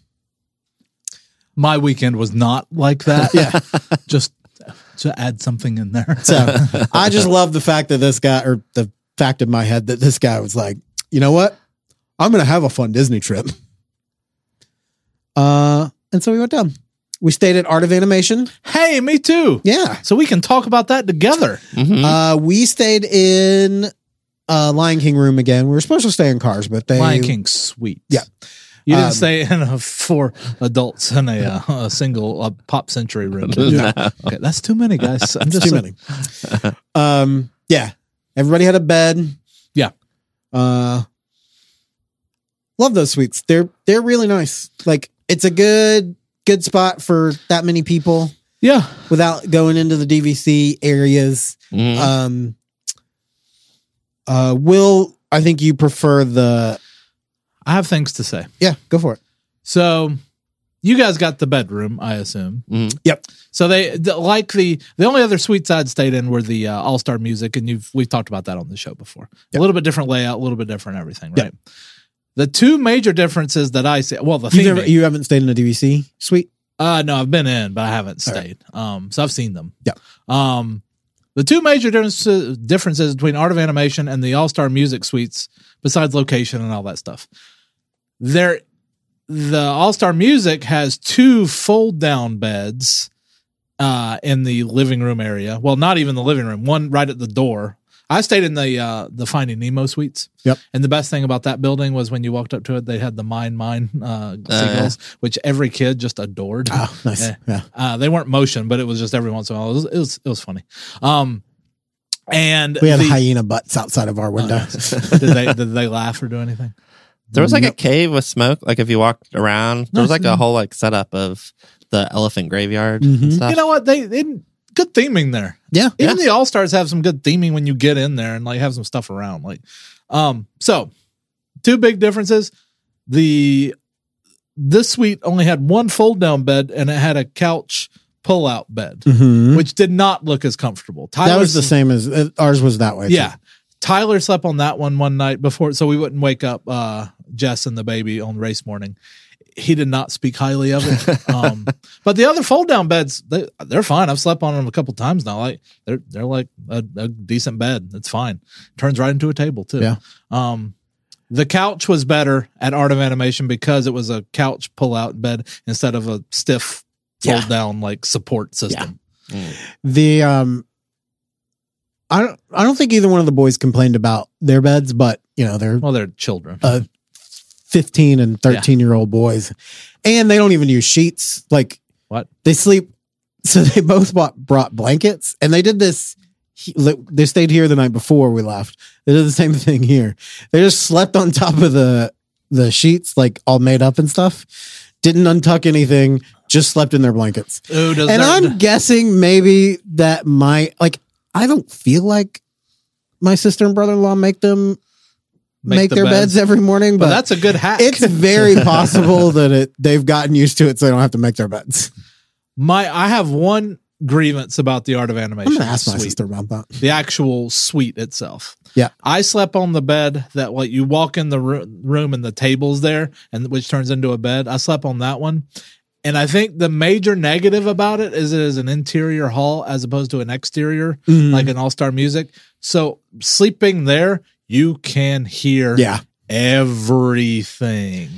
B: My weekend was not like that.
C: Yeah.
B: Just to add something in there.
C: So I just love the fact that this guy, or the fact in my head that this guy was like, you know what? I'm going to have a fun Disney trip. Uh, and so we went down. We stayed at Art of Animation.
B: hey, me too.
C: Yeah.
B: So we can talk about that together.
D: Mhm.
C: Uh, we stayed in uh, Lion King room again. We were supposed to stay in cars, but they
B: Lion King suite.
C: Yeah.
B: You didn't
C: Um,
B: stay in a four adults in a, uh, a single uh, pop century room. did you?
D: No.
B: Okay, that's too many, guys. I'm just
C: too
B: saying.
C: many. um, yeah. Everybody had a bed.
B: Yeah.
C: Uh, love those suites. They're they're really nice. Like it's a good good spot for that many people
B: Yeah.
C: without going into the DVC areas.
D: Mhm.
B: Mm-hmm.
C: Um, uh, Will, I think you prefer the
B: I have things to say.
C: yeah. Go for it.
B: So you guys got the bedroom, I assume.
D: Mhm.
C: Yep.
B: So they the, like the the only other suites I'd stayed in were the uh, All Star Music, and you've we've talked about that on the show before. A
C: Yep.
B: little bit different layout, a little bit different everything, right?
C: Yep.
B: The two major differences that I see, well, the
C: You,
B: theme,
C: never, you haven't stayed in a DVC suite.
B: Uh no, I've been in, but I haven't
C: All right.
B: stayed. Um so I've seen them.
C: Yeah.
B: Um the two major differences, differences between Art of Animation and the All-Star Music Suites besides location and all that stuff. There the All-Star Music has two fold-down beds uh in the living room area. Well, not even the living room, one right at the door. I stayed in the uh the Finding Nemo suites.
C: Yep.
B: And the best thing about that building was when you walked up to it, they had the mine mine uh
D: yeah.
B: seagulls, which every kid just adored.
C: Oh,
B: Ah,
C: nice.
B: Yeah.
C: Yeah.
B: Uh, they weren't motion, but it was just every once in a while. It was it was, it was funny. Um, and
C: We had
B: the- uh, Oh,
C: hyena butts outside of our window.
B: did they did they laugh or do anything?
D: There was like a
C: Nope.
D: cave with smoke. Like if you walked around, there was like a
B: Nothing.
D: whole like setup of the elephant graveyard and
C: Mhm.
D: stuff.
B: Mm-hmm. You know what they, they good theming there.
C: yeah.
B: Even the All Stars have some good theming when you get in there and like have some stuff around. Like, um, so two big differences. The this suite only had one fold down bed and it had a couch pull out bed,
C: Mhm.
B: which did not look as comfortable.
C: that was
B: Tyler's-
C: the same as uh, ours was that way. too.
B: yeah. Tyler slept on that one one night before, so we wouldn't wake up uh, Jess and the baby on race morning. He did not speak highly of it. Um, but the other fold down beds, they, they're fine. I've slept on them a couple times now. Like they're they're like a, a decent bed. It's fine. Turns right into a table too.
C: Yeah.
B: Um, the couch was better at Art of Animation because it was a couch pull out bed instead of a stiff
C: Yeah.
B: fold down like support system.
C: The um I don't, I don't think either one of the boys complained about their beds, but you know they're
B: Well, they're children.
C: Uh, 15 and 13 year old boys, and they don't even use sheets. Like
B: What?
C: they sleep. So they both bought brought blankets, and they did this. he- li- They stayed here the night before we left. They did the same thing here. They just slept on top of the the sheets, like all made up and stuff. Didn't untuck anything. Just slept in their blankets
B: Ooh, does
C: and
B: that-
C: I'm guessing maybe that might like I don't feel like my sister and brother in law make them make,
B: the
C: their beds. every morning,
B: Well,
C: but
B: that's a good hack.
C: it's very possible that it, they've gotten used to it, so they don't have to make their beds.
B: my. I have one grievance about the art of animation.
C: I'm gonna ask my
B: suite.
C: sister about that.
B: the actual suite itself.
C: Yeah.
B: I slept on the bed that like you walk in the roo- room and the tables there and which turns into a bed. I slept on that one. And I think the major negative about it is it is an interior hall as opposed to an exterior
C: Mm-hmm.
B: like an all-star music. So sleeping there, you can hear
C: yeah,
B: everything.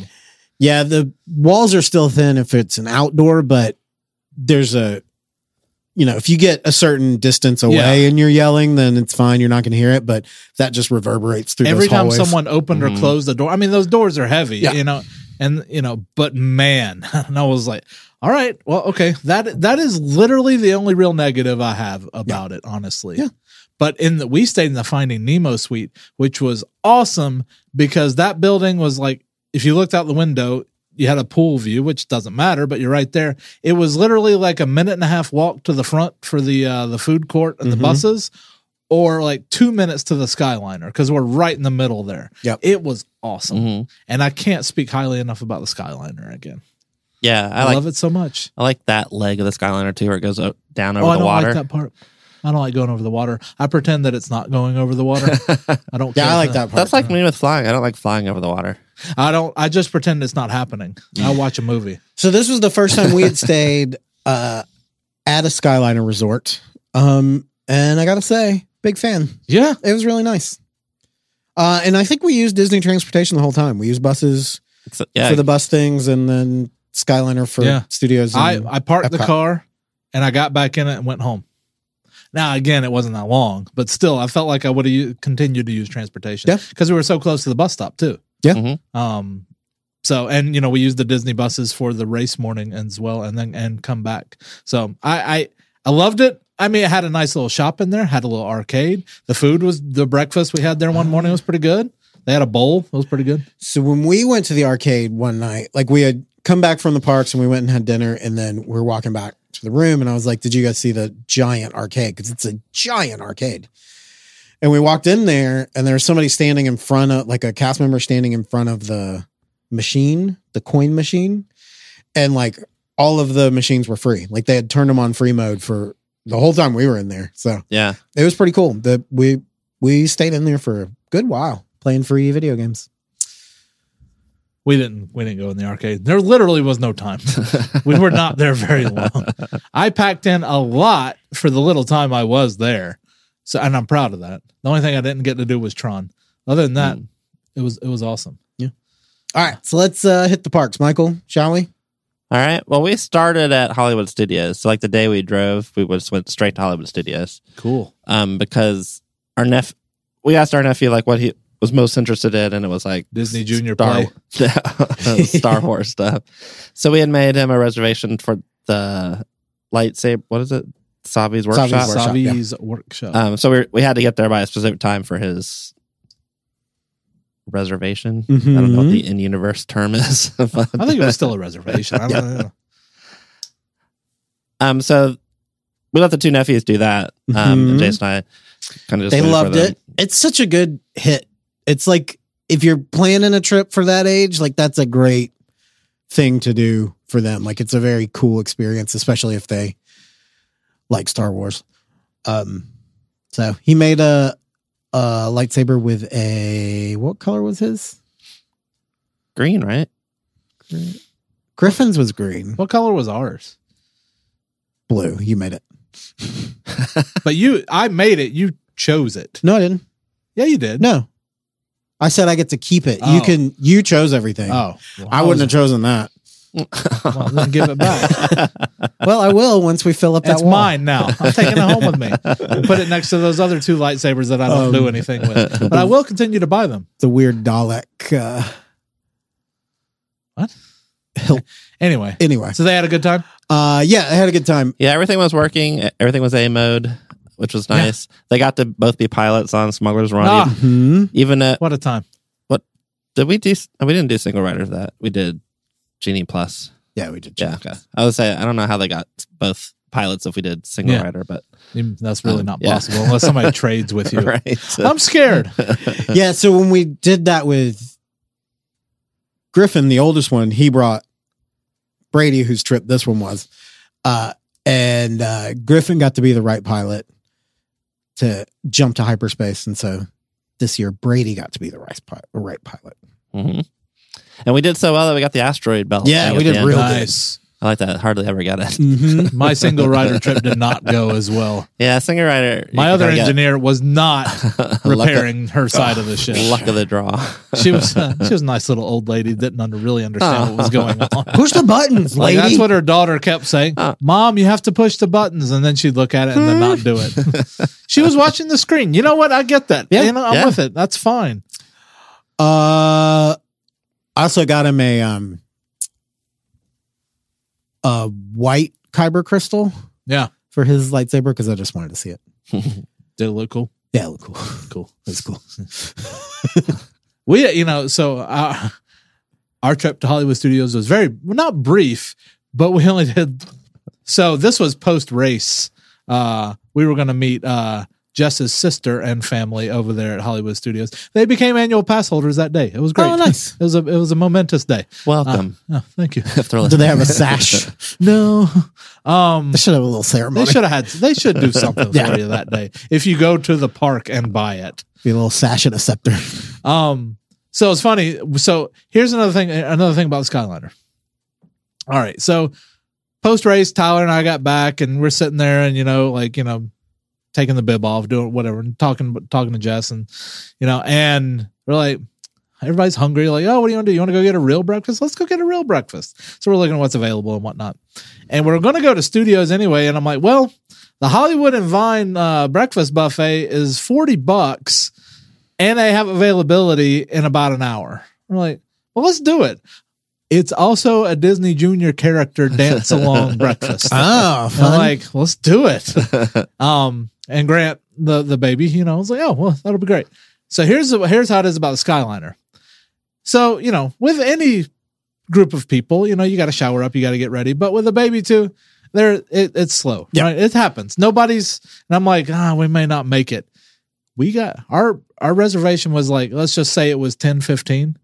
C: yeah. The walls are still thin if it's an outdoor, but there's a you know if you get a certain distance away
B: Yeah.
C: and you're yelling, then it's fine. You're not gonna hear it, but that just reverberates through
B: Every
C: those
B: time
C: hallways.
B: someone opened or
D: Mhm.
B: closed the door, I mean those doors are heavy,
C: Yeah.
B: you know, and you know, but man, and I was like, all right, well, okay, that that is literally the only real negative I have about it, honestly.
C: Yeah.
B: But in the we stayed in the Finding Nemo suite, which was awesome because that building was like if you looked out the window, you had a pool view, which doesn't matter, but you're right there. It was literally like a minute and a half walk to the front for the uh, the food court and
C: Mhm.
B: the buses, or like two minutes to the Skyliner because we're right in the middle there.
C: Yep.
B: It was awesome,
D: Mhm.
B: and I can't speak highly enough about the Skyliner again.
D: Yeah, I,
B: I,
D: like
B: love it so much.
D: I like that leg of the Skyliner too, where it goes up, down over
B: oh, I
D: the
B: don't
D: water.
B: like that part. I don't like going over the water. I pretend that it's not going over the water. I don't.
C: yeah,
B: care.
C: I like that part.
D: That's like me with flying. I don't like flying over the water.
B: I don't. I just pretend it's not happening. I watch a movie.
C: So this was the first time we had stayed uh, at a Skyliner resort, um, and I gotta say, big fan.
B: Yeah,
C: It was really nice, uh, and I think we used Disney transportation the whole time. We used buses
D: It's, yeah,
C: for the bus things, and then Skyliner for
B: Yeah.
C: studios.
B: I,
C: and-
B: I parked the
C: Epcot.
B: car and I got back in it and went home. Now, again, it wasn't that long, but still, I felt like I would have continued to use transportation
C: Yeah.
B: because we were so close to the bus stop, too.
C: Yeah.
D: Mhm.
B: Um, so, and, you know, we used the Disney buses for the race morning as well and then and come back. So I, I, I loved it. I mean, it had a nice little shop in there, had a little arcade. The food was the breakfast we had there one morning was pretty good. They had a bowl. It was pretty good.
C: So when we went to the arcade one night, like we had come back from the parks and we went and had dinner, and then we're walking back to the room, and I was like, "Did you guys see the giant arcade? Because it's a giant arcade." And we walked in there, and there was somebody standing in front of, like a cast member standing in front of the machine, the coin machine, and like all of the machines were free. Like they had turned them on free mode for the whole time we were in there. So
D: yeah.
C: it was pretty cool that we we stayed in there for a good while playing free video games.
B: We didn't. We didn't go in the arcade. There literally was no time. we were not there very long. I packed in a lot for the little time I was there, so and I'm proud of that. The only thing I didn't get to do was Tron. Other than that,
C: Hmm.
B: it was it was awesome.
C: All right, so let's uh, hit the parks, Michael, shall we?
D: All right. Well, we started at Hollywood Studios. So, like the day we drove, we just went straight to Hollywood Studios
B: Cool.
D: um, because our nephew, we asked our nephew like what he was most interested in, and it was like
B: Disney Junior
D: Star
B: play.
D: Star Wars stuff. So we had made him a reservation for the lightsaber. What is it? Savi's workshop.
C: Savi's Workshop, yeah. Uh,
B: Savi's workshop.
D: Um, so we we had to get there by a specific time for his reservation. I don't know what the in universe term is. but-
B: Mm-hmm. I think it was still a reservation. I don't know.
D: Um, so we let the two nephews do that. Um,
C: Mhm.
B: Mm-hmm.
D: and Jason and I kind of just
C: they
D: waited for
C: loved
D: them.
C: it. It's such a good hit. It's like if you're planning a trip for that age, like that's a great thing to do for them. Like it's a very cool experience, especially if they like Star Wars. Um, so he made a a lightsaber with a what color was his?
D: Green, right?
C: Griffin's was green,
B: What color was ours?
C: blue. You made it.
B: But you, I made it. You chose it.
C: No, I didn't.
B: Yeah, you did.
C: No, I said I get to keep it.
B: Oh.
C: You can. You chose everything.
B: Oh, well,
C: I,
B: was-
C: wouldn't have chosen that.
B: Well, then give it back.
C: Well, I will once we fill up that
B: That's
C: wall.
B: mine now. I'm taking it home with me. Put it next to those other two lightsabers that I don't
C: Um,
B: do anything with. But I will continue to buy them.
C: The weird Dalek. Uh,
B: What?
C: Hilt.
B: Anyway,
C: Anyway,
B: so they had a good time.
C: uh, yeah, I had a good time.
D: Yeah, everything was working. E, Everything was A mode, which was
B: Yeah.
D: nice. They got to both be pilots on Smuggler's Run.
B: Ah.
D: Even-
C: Hmm.
D: Even at
B: What a time!
D: did we do? oh, We didn't do single rider for that. We did Genie Plus.
C: Yeah, we did.
D: Yeah. okay. I would say I don't know how they got both pilots if we did single
B: Yeah.
D: rider, but
B: Mm, That's really
D: Um,
B: not
D: yeah.
B: possible unless somebody trades with you.
D: right.
B: I'm scared.
C: yeah, so when we did that with Griffin, the oldest one, he brought Brady, whose trip this one was. Uh, and uh, Griffin got to be the right pilot to jump to hyperspace. And so this year, Brady got to be the right, pi- the right pilot.
D: hmm And we did so well that we got the asteroid belt.
C: Yeah,
D: thing
C: we
D: at the
C: did
D: end.
C: real good.
B: Nice.
D: I like that. Hardly ever got it.
C: Mhm.
B: My single rider trip did not go as well.
D: Yeah, single rider.
B: My
D: you
B: other
D: kinda get-
B: engineer was not
D: Luck of-
B: repairing her side of the ship.
D: Luck of the draw.
B: She was she was a nice little old lady. Didn't under, really understand what was going on.
C: Push the buttons,
B: Like
C: lady.
B: that's what her daughter kept saying.
D: Uh.
B: Mom, you have to push the buttons, and then she'd look at it and then not do it. she was watching the screen. You know what? I get that.
C: Yeah,
B: you know, I'm
D: yeah.
B: with it. That's fine.
C: Uh, I also got him a um a white kyber crystal.
B: Yeah.
C: for his lightsaber because I just wanted to see it.
B: Did it look cool?
C: Yeah, it looked cool.
B: Cool.
C: That's cool.
B: We, you know, so our, our trip to Hollywood Studios was very not brief, but we only did. So this was post race. Uh, we were going to meet uh, Jess's sister and family over there at Hollywood Studios. They became annual pass holders that day. It was great.
C: Oh, nice.
B: It was a it was a momentous day.
D: Welcome.
B: Oh, thank you.
D: If they're
C: Do they
D: listening.
C: have a sash?
B: No, um,
C: They should have a little
B: they
C: ceremony.
B: should have had. They should do something
C: Yeah.
B: for you that day if you go to the park and buy it.
C: be a little sash and a scepter.
B: Um, so it's funny. So here's another thing. Another thing about the Skyliner. All right. So post race, Tyler and I got back, and we're sitting there, and you know, like you know, taking the bib off, doing whatever, and talking talking to Jess, and you know, and we're like. Everybody's hungry. Like, oh, what do you want to do? You want to go get a real breakfast? Let's go get a real breakfast. So we're looking at what's available and whatnot. And we're going to go to studios anyway. And I'm like, well, the Hollywood and Vine uh, breakfast buffet is 40 bucks and they have availability in about an hour. We're like, well, let's do it. It's also a Disney Junior character dance along breakfast.
C: Oh,
B: And I'm like, let's do it. um, and Grant, the the baby, you know, I was like, oh, well, that'll be great. So here's here's how it is about the Skyliner. So you know, with any group of people, you know, you got to shower up, you got to get ready. But with a baby too, there it, it's slow.
C: Yeah.
B: Right? It happens. Nobody's, and I'm like, ah, we may not make it. We got our our reservation was like, let's just say it was ten fifteen.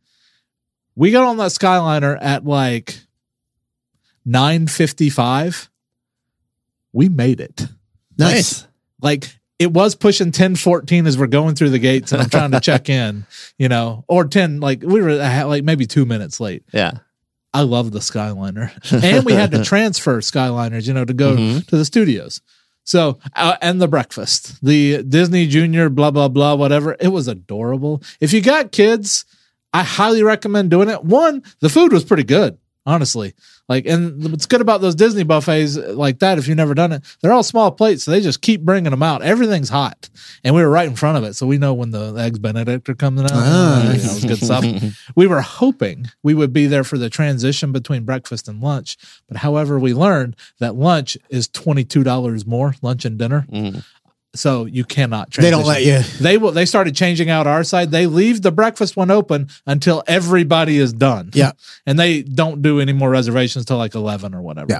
B: We got on that Skyliner at like nine fifty five we made it.
C: nice.
B: Like it was pushing 1014 as we're going through the gates and I'm trying to check in, you know, or 10, like we were uh, like maybe two minutes late.
D: Yeah.
B: I love the Skyliner. And we had to transfer Skyliners, you know, to go
D: Mhm.
B: to the studios. So, uh, and the breakfast, the Disney Junior, blah, blah, blah, whatever. It was adorable. If you got kids, I highly recommend doing it. One, the food was pretty good, honestly. Like, and what's good about those Disney buffets like that, if you've never done it, they're all small plates. So they just keep bringing them out. Everything's hot. And we were right in front of it. So we know when the eggs Benedict are coming out.
C: Ah.
B: Yeah, it was good stuff. We were hoping we would be there for the transition between breakfast and lunch. But however, we learned that lunch is $22 more, lunch and dinner.
D: Mm.
B: So you cannot
C: They
B: transition.
C: don't let you.
B: They will. They started changing out our side. They leave the breakfast one open until everybody is done.
C: Yeah.
B: and they don't do any more reservations till like eleven or whatever.
C: Yeah.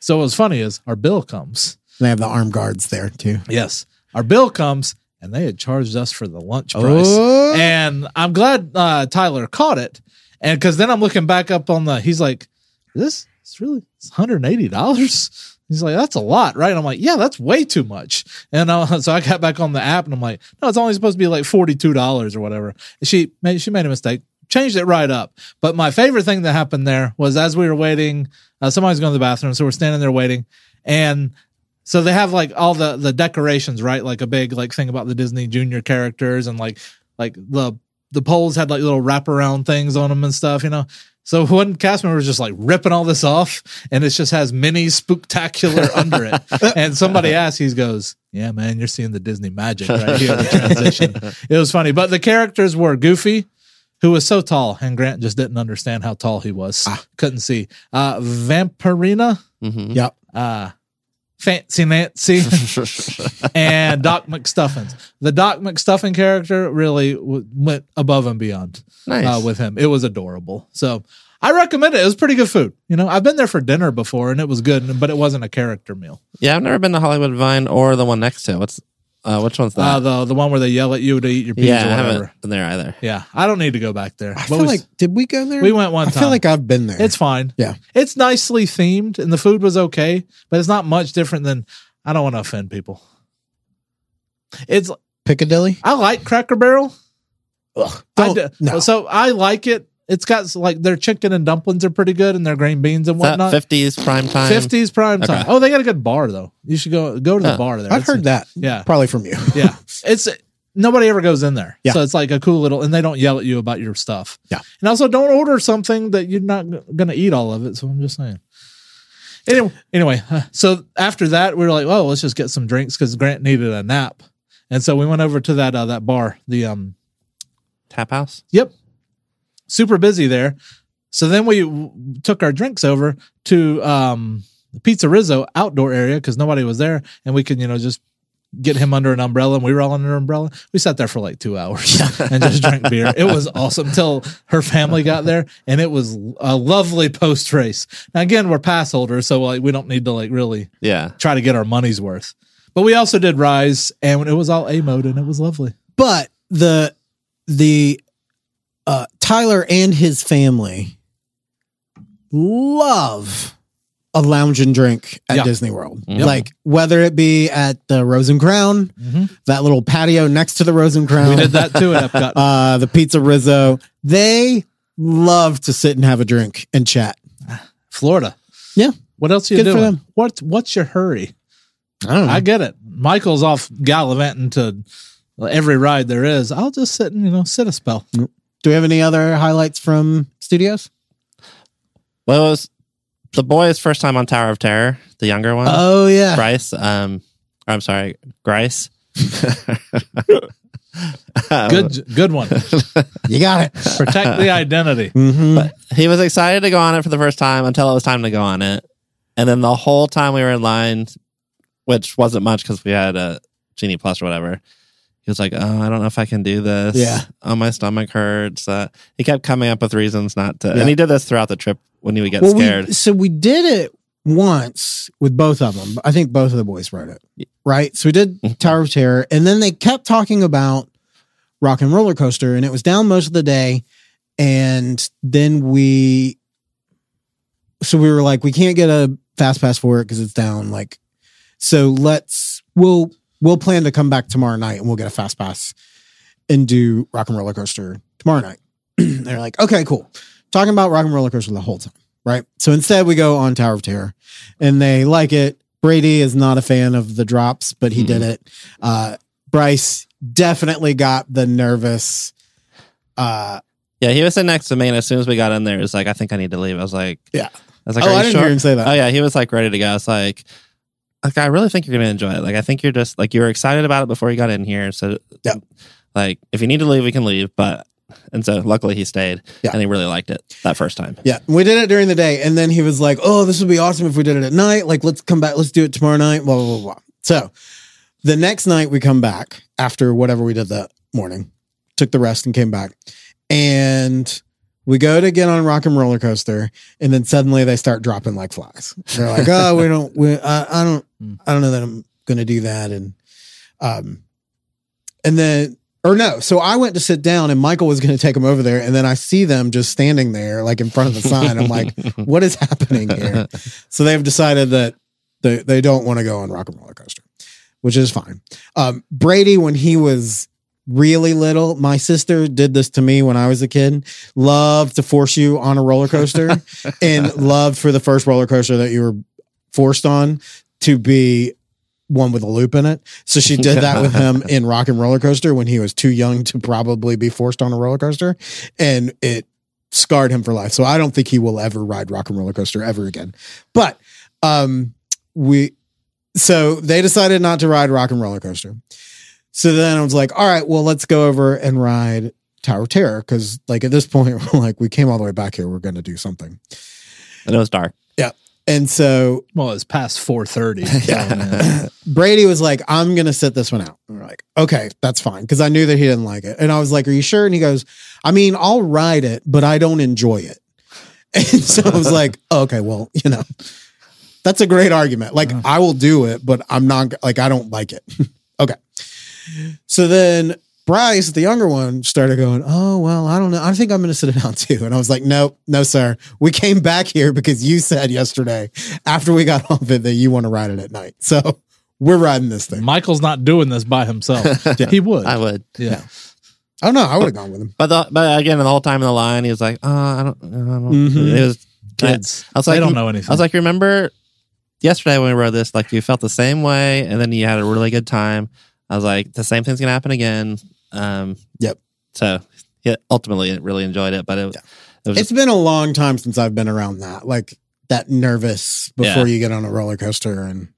B: So what's funny is our bill comes.
C: They have the armed guards there too.
B: Yes, our bill comes, and they had charged us for the lunch price.
C: Oh,
B: And I'm glad uh, Tyler caught it, and because then I'm looking back up on the. He's like, "This is really it's 180 dollars." He's like, "That's a lot, right?" I'm like, "Yeah, that's way too much." And uh, so I got back on the app, and I'm like, "No, it's only supposed to be like 42 dollars or whatever." And she made she made a mistake, changed it right up. But my favorite thing that happened there was as we were waiting, uh, somebody's going to the bathroom, so we're standing there waiting, and so they have like all the the decorations, right? Like a big like thing about the Disney Junior characters and like like the the poles had like little wraparound things on them and stuff, you know. So one cast member was just like ripping all this off, and it just has mini spooktacular under it. And somebody asked, he goes, "Yeah, man, you're seeing the Disney magic right here in the transition." it was funny, but the characters were Goofy, who was so tall, and Grant just didn't understand how tall he was, couldn't see. Uh, Vampirina,
D: Mm-hmm.
C: Yep.
B: uh, Fancy Nancy, and Doc McStuffins. The Doc McStuffin character really w- went above and beyond
D: Nice.
B: uh, with him. It was adorable. So I recommend it. It was pretty good food. You know, I've been there for dinner before and it was good, but it wasn't a character meal.
D: yeah, I've never been to Hollywood Vine or the one next to it. What's uh, which one's that?
B: Uh, the the one where they yell at you to eat your pizza
D: yeah, I
B: or whatever.
D: haven't been there either.
B: Yeah, I don't need to go back there.
C: I
B: But
C: feel
B: we-
C: like did we go there?
B: we went one
C: I
B: time.
C: feel like I've been there.
B: it's fine.
C: Yeah.
B: It's nicely themed and the food was okay, but it's not much different than I don't want to offend people. It's
C: Piccadilly.
B: I like Cracker Barrel.
C: Ugh,
B: I
C: don't-
B: do-
C: no.
B: So I like it. It's got like their chicken and dumplings are pretty good and their green beans and
D: Is that
B: whatnot.
D: fifties prime time?
B: 50s prime time.
D: Okay.
B: Oh, they got a good bar though. You should go go to the
D: Huh.
B: bar there.
C: I've
B: It's-
C: heard that.
B: Yeah.
C: Probably from you.
B: Yeah. It's nobody ever goes in there.
C: Yeah.
B: So it's like a cool little and they don't yell at you about your stuff.
C: Yeah.
B: And also don't order something that you're not going to eat all of it, so I'm just saying. Anyway, anyway, huh. so after that we were like, "Oh, let's just get some drinks cuz Grant needed a nap." And so we went over to that uh, that bar, the um
D: Tap house.
B: Yep. Super busy there. So then we w- took our drinks over to um, the Pizza Rizzo outdoor area because nobody was there, and we could you know just get him under an umbrella, and we were all under an umbrella. We sat there for like two hours and just drank beer. It was awesome until her family got there, and it was l- a lovely post race. Now again, we're pass holders, so like we don't need to like really
D: Yeah.
B: try to get our money's worth. But we also did rise, and it was all A mode, and it was lovely.
C: But the the uh, Tyler and his family love a lounge and drink at
B: Yeah. Mm-hmm.
C: Disney World.
D: Yep.
C: Like whether it be at the Rose and Crown,
B: Mhm.
C: that little patio next to the Rose and Crown,
B: We did that too at Epcot.
C: uh, the Pizza Rizzo. They love to sit and have a drink and chat.
B: Florida.
C: Yeah.
B: What else are you
C: Good
B: doing?
C: for them.
B: What What's your hurry?
C: I don't know.
B: I get it. Michael's off gallivanting to every ride there is. I'll just sit and you know sit a spell.
C: Do we have any other highlights from studios?
D: Well, it was the boy's first time on Tower of Terror, the younger
B: Uh,
D: one,
C: Oh yeah,
D: Bryce. Um, or I'm sorry, Grice. Um,
B: Good good one.
C: you got it.
B: Protect the identity.
C: Mhm.
D: he was excited to go on it for the first time until it was time to go on it. And then the whole time we were in line, which wasn't much because we had a Genie Plus or whatever, he was like, Oh, I don't know if I can do this.
C: Yeah.
D: Oh, my stomach hurts. Uh, he kept coming up with reasons not to.
C: Yeah.
D: And he did this throughout the trip when he would get scared.
C: We, so we did it once with both of them. I think both of the boys wrote it, right? So we did Tower of Terror, and then they kept talking about Rock and Roller Coaster, and it was down most of the day. And then we, so we were like, we can't get a fast pass for it because it's down. Like, so let's we'll we'll plan to come back tomorrow night and we'll get a fast pass and do Rock and Roller Coaster tomorrow night. They're like, okay, cool. Talking about Rock and Roller Coaster the whole time right? So instead, we go on Tower of Terror, and they like it. Brady is not a fan of the drops, but he
D: Mm-hmm.
C: did it. Uh, Bryce definitely got the nervous. Uh,
D: yeah, he was sitting next to me. And as soon as we got in there, he was like, I think I need to leave. I was like,
C: Yeah.
D: I was like,
C: oh,
D: Are
C: I
D: you
C: didn't
D: sure?
C: hear him say that.
D: Oh yeah, he was like ready to go. It's like, like I really think you're gonna enjoy it. Like I think you're just like you were excited about it before you got in here. So
C: Yeah.
D: like if you need to leave, we can leave. But and so luckily he stayed
C: Yeah.
D: and he really liked it that first time.
C: yeah, we did it during the day, and then he was like, "Oh, this would be awesome if we did it at night. Like, let's come back. Let's do it tomorrow night." Blah blah blah. blah. So the next night we come back after whatever we did that morning, took the rest and came back, and we go to get on Rock and Roller Coaster, and then suddenly they start dropping like flies. They're like, "Oh, we don't. We, I, I don't. I don't know that I'm going to do that." And um, and then or no, so I went to sit down, and Michael was going to take him over there, and then I see them just standing there, like in front of the sign. I'm like, "What is happening here?" So they've decided that they they don't want to go on Rock and Roller Coaster, which is fine. Um, Brady, when he was really little, my sister did this to me when I was a kid. Loved to force you on a roller coaster, and loved for the first roller coaster that you were forced on to be one with a loop in it. So she did that with him in Rock and Roller Coaster when he was too young to probably be forced on a roller coaster, and it scarred him for life. So I don't think he will ever ride Rock and Roller Coaster ever again. But um, we, so they decided not to ride Rock and Roller Coaster. So then I was like, all right, well, let's go over and ride Tower of Terror because, like, at this point, we're like, we came all the way back here. We're going to do something.
D: I know it's dark.
C: And so
B: Well, it's past four thirty. uh,
C: Brady was like, I'm going to sit this one out. And we're like, okay, that's fine. Cause I knew that he didn't like it. And I was like, Are you sure? And he goes, I mean, I'll ride it, but I don't enjoy it. And so I was like, okay, well, you know, that's a great argument. Like,
D: Uh-huh.
C: I will do it, but I'm not, like, I don't like it. okay. So then Bryce, the younger one, started going, Oh, well, I don't know. I think I'm going to sit it down too. And I was like, Nope, no, sir. We came back here because you said yesterday after we got off it that you want to ride it at night. So we're riding this thing.
B: Michael's not doing this by himself. He would.
D: I would.
B: yeah.
C: Oh, no, I would have gone with him.
D: But the, but again, the whole time in the line, he was like, "Oh, I don't, I don't."
C: Mhm.
D: It was
B: Kids.
D: I was
B: they
D: like,
B: don't know anything.
D: I was like, remember yesterday when we rode this, like you felt the same way, and then you had a really good time. I was like, the same thing's gonna happen again. Um,
C: Yep.
D: So yeah, ultimately, it really enjoyed it, but it, it was
C: It's been a long time since I've been around that, like that nervous before
D: Yeah.
C: you get on a roller coaster and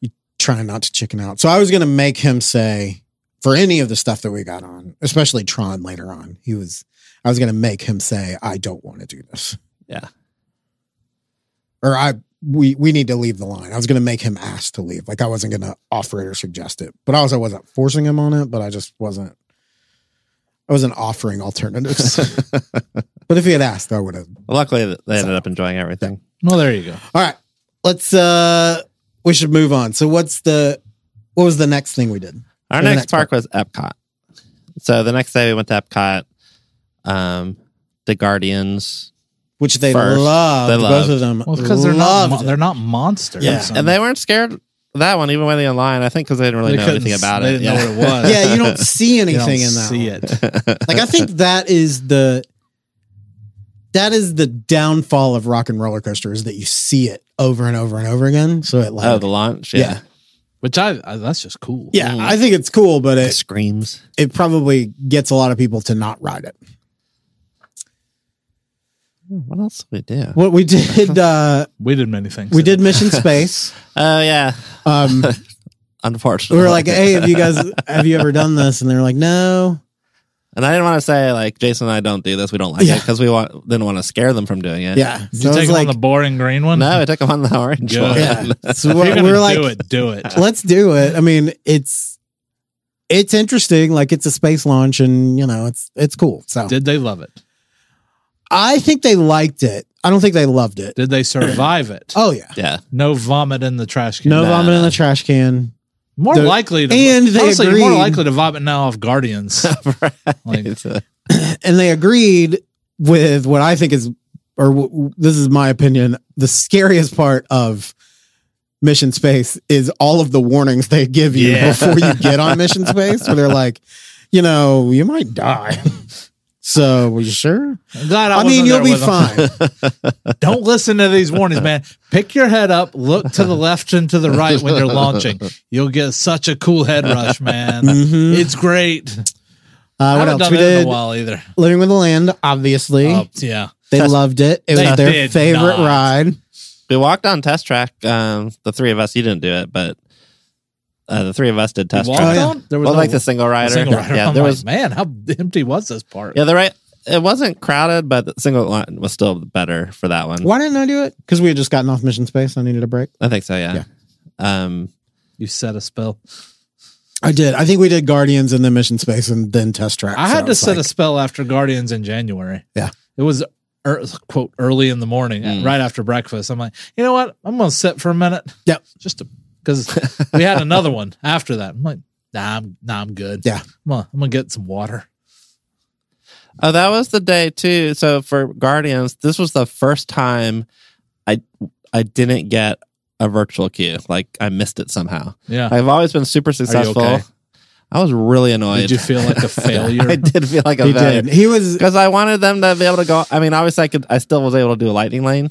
C: you try not to chicken out. So I was going to make him say, for any of the stuff that we got on, especially Tron later on, he was, I was going to make him say, I don't want to do this.
D: Yeah.
C: Or I, we, we need to leave the line. I was going to make him ask to leave. Like I wasn't going to offer it or suggest it, but I also wasn't forcing him on it, but I just wasn't, I wasn't offering alternatives. But if he had asked, I would have.
D: luckily that they ended up enjoying everything.
B: well, there you go.
C: All right. Let's uh we should move on. So what's the what was the next thing we did?
D: Our
C: And the
D: next,
C: next
D: park was Epcot. So the next day we went to Epcot. Um, the Guardians,
C: Which they
D: First,
C: loved.
D: they
C: Both
D: loved.
C: of them.
B: Well, because they're not
C: loved
B: mon-
C: it.
B: they're not monsters.
C: Yeah.
D: and they weren't scared of that one even when they were in line. I think because they didn't really
B: Um, They
D: know
B: couldn't
D: anything
B: s-
D: about
B: they
D: it.
B: didn't know what it was.
C: yeah, you don't see
B: You don't
C: anything in that.
B: See
C: one.
B: it.
C: Like I think that is the that is the downfall of rock and roller coaster is that you see it over and over and over again. So it like
D: Oh, the launch.
C: Yeah.
D: Yeah,
B: Which I, I that's just cool.
C: yeah,
D: Mhm.
C: I think it's cool, but
D: it
C: it
D: screams.
C: it probably gets a lot of people to not ride it.
D: What else did we do?
C: What we did, uh,
B: We did many things.
C: we did Mission Space.
D: Oh yeah,
C: Um, we
D: unfortunately.
B: Oh,
C: were like, "Hey, have you guys have you ever done this?" And they were like, "No."
D: and I didn't want to say like Jason and I don't do this. We don't like
C: Yeah.
D: it because we want didn't want to scare them from doing it.
C: Yeah,
B: Did
C: so
B: you
C: I was
B: take
C: like,
B: on the boring green one?
D: No, I took them on the orange
B: Good.
D: one.
C: yeah. So
B: If you're
C: we're,
B: gonna
C: we're
B: do
C: like,
B: it, do it.
C: "Let's do it." I mean, it's it's interesting. Like, it's a space launch, and you know, it's it's cool. So
B: Did they love it?
C: I think they liked it. I don't think they loved it.
B: Did they survive it?
C: Oh yeah,
D: Yeah.
B: No vomit in the trash can.
C: no
D: Nah.
C: vomit in the trash can.
B: More
C: The-
B: likely to
C: and they
B: honestly, you're more
C: agreed.
B: likely to vomit now off Guardians. Like,
D: It's, uh,
C: and they agreed with what I think is, or w- this is my opinion, the scariest part of Mission Space is all of the warnings they give you
D: Yeah.
C: before you get on Mission Space, where they're like, you know, you might die. So, were you sure?
B: I'm glad I,
C: I,
B: wasn't
C: mean, you'll
B: there
C: be
B: with 'em.
C: fine.
B: Don't listen to these warnings, man. Pick your head up, look to the left and to the right when you're launching. You'll get such a cool head rush, man.
C: Mhm.
B: It's great.
C: Uh,
B: I haven't
C: what else?
B: done
C: We
B: that in
C: did
B: a while either.
C: Living with the Land, obviously.
B: Oh, yeah.
C: they loved it. It
B: They
C: was their
B: did
C: favorite
B: not.
C: ride.
D: we walked on test track. Um, the three of us. You didn't do it, but uh, the three of us did test
B: Walked
D: track.
C: Oh, yeah.
B: on? There was
D: Well,
B: no
D: like the single rider.
B: single rider.
D: Yeah,
B: I'm
D: there
B: like,
D: was.
B: man, how empty was this part?
D: Yeah, the right. It wasn't crowded, but the single line was still better for that one.
C: Why didn't I do it? Because we had just gotten off Mission Space. I needed a break.
D: I think so. Yeah. Um.
B: You set a spell.
C: I did. I think we did Guardians and then Mission Space and then Test Track.
B: I
C: So
B: had to
C: it's
B: set
C: like-
B: a spell after Guardians in January.
C: Yeah.
B: It was er, quote early in the morning,
D: Mm.
B: right after breakfast. I'm like, you know what? I'm gonna sit for a minute.
C: Yep.
B: Just because we had another one after that. I'm like, nah, I'm nah, I'm good.
C: Yeah.
B: I'm gonna, I'm gonna get some water.
D: Oh, that was the day too. So for Guardians, this was the first time I I didn't get a virtual queue. Like I missed it somehow.
C: Um,
B: Yeah.
D: I've always been super successful.
B: okay?
D: I was really annoyed.
B: Did you feel like a failure?
D: I did feel like a
C: He
D: failure
C: did. He was
D: because I wanted them to be able to go. I mean, obviously, I could. I still was able to do a lightning lane.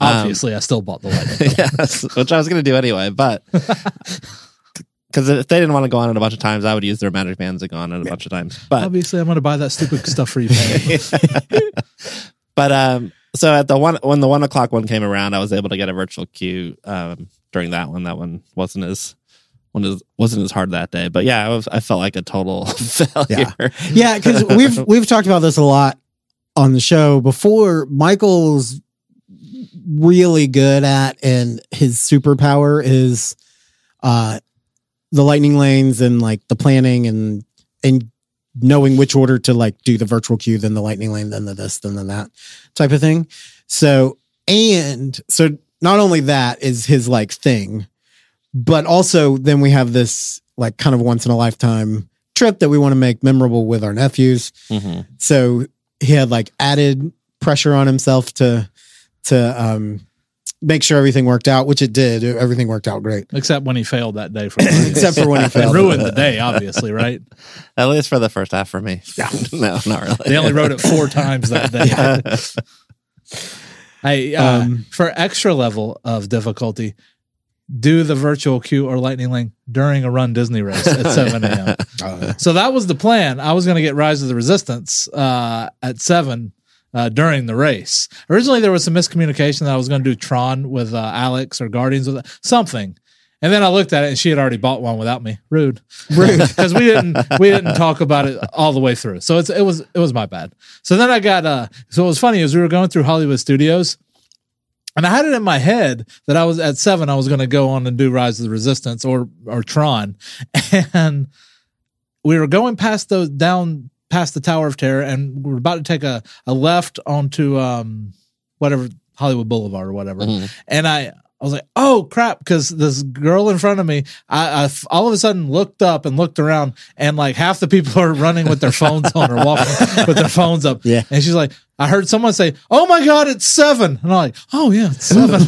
D: Um,
B: Obviously, I still bought the light.
D: yes, which I was going to do anyway, but Because if they didn't want to go on it a bunch of times, I would use their magic bands to go on it a bunch of times. But
B: Obviously, I'm going to buy that stupid stuff for you. Patty.
D: but um, so at the one when the one o'clock one came around, I was able to get a virtual queue um, during that one. That one wasn't as one is, wasn't as hard that day. But yeah, I, was, I felt like a total failure.
C: Yeah, because we've we've talked about this a lot on the show before. Michael's really good at, and his superpower is uh, the lightning lanes and like the planning and and knowing which order to like do the virtual queue, then the lightning lane, then the this, then the that type of thing. So and so not only that is his like thing, but also then we have this like kind of once in a lifetime trip that we want to make memorable with our nephews.
D: Mhm.
C: So he had like added pressure on himself to to um make sure everything worked out, which it did. Everything worked out great.
B: Except when he failed that day. For
C: Except for when he
B: and
C: failed.
B: ruined the day, obviously, right?
D: At least for the first half for me. no, not really.
B: They only wrote it four times that day. Hey, uh,
C: Um,
B: for extra level of difficulty, do the virtual queue or lightning link during a run Disney race at 7 a.m. so that was the plan. I was going to get Rise of the Resistance uh, at 7 uh, during the race. Originally, there was some miscommunication that I was going to do Tron with uh, Alex or Guardians with something. And then I looked at it, and she had already bought one without me. Rude, rude, because we didn't we didn't talk about it all the way through. So it's it was it was my bad. So then I got uh. So what was funny is we were going through Hollywood Studios, and I had it in my head that I was at seven. I was going to go on and do Rise of the Resistance or or Tron, and we were going past those down past the Tower of Terror, and we were about to take a a left onto um whatever Hollywood Boulevard or whatever,
D: Mm-hmm.
B: and I. I was like, "Oh crap!" Because this girl in front of me, I, I f- all of a sudden looked up and looked around, and like half the people are running with their phones on or walking with their phones up.
C: Yeah.
B: and she's like, "I heard someone say, oh my god, it's seven. and I'm like, "Oh yeah, it's seven.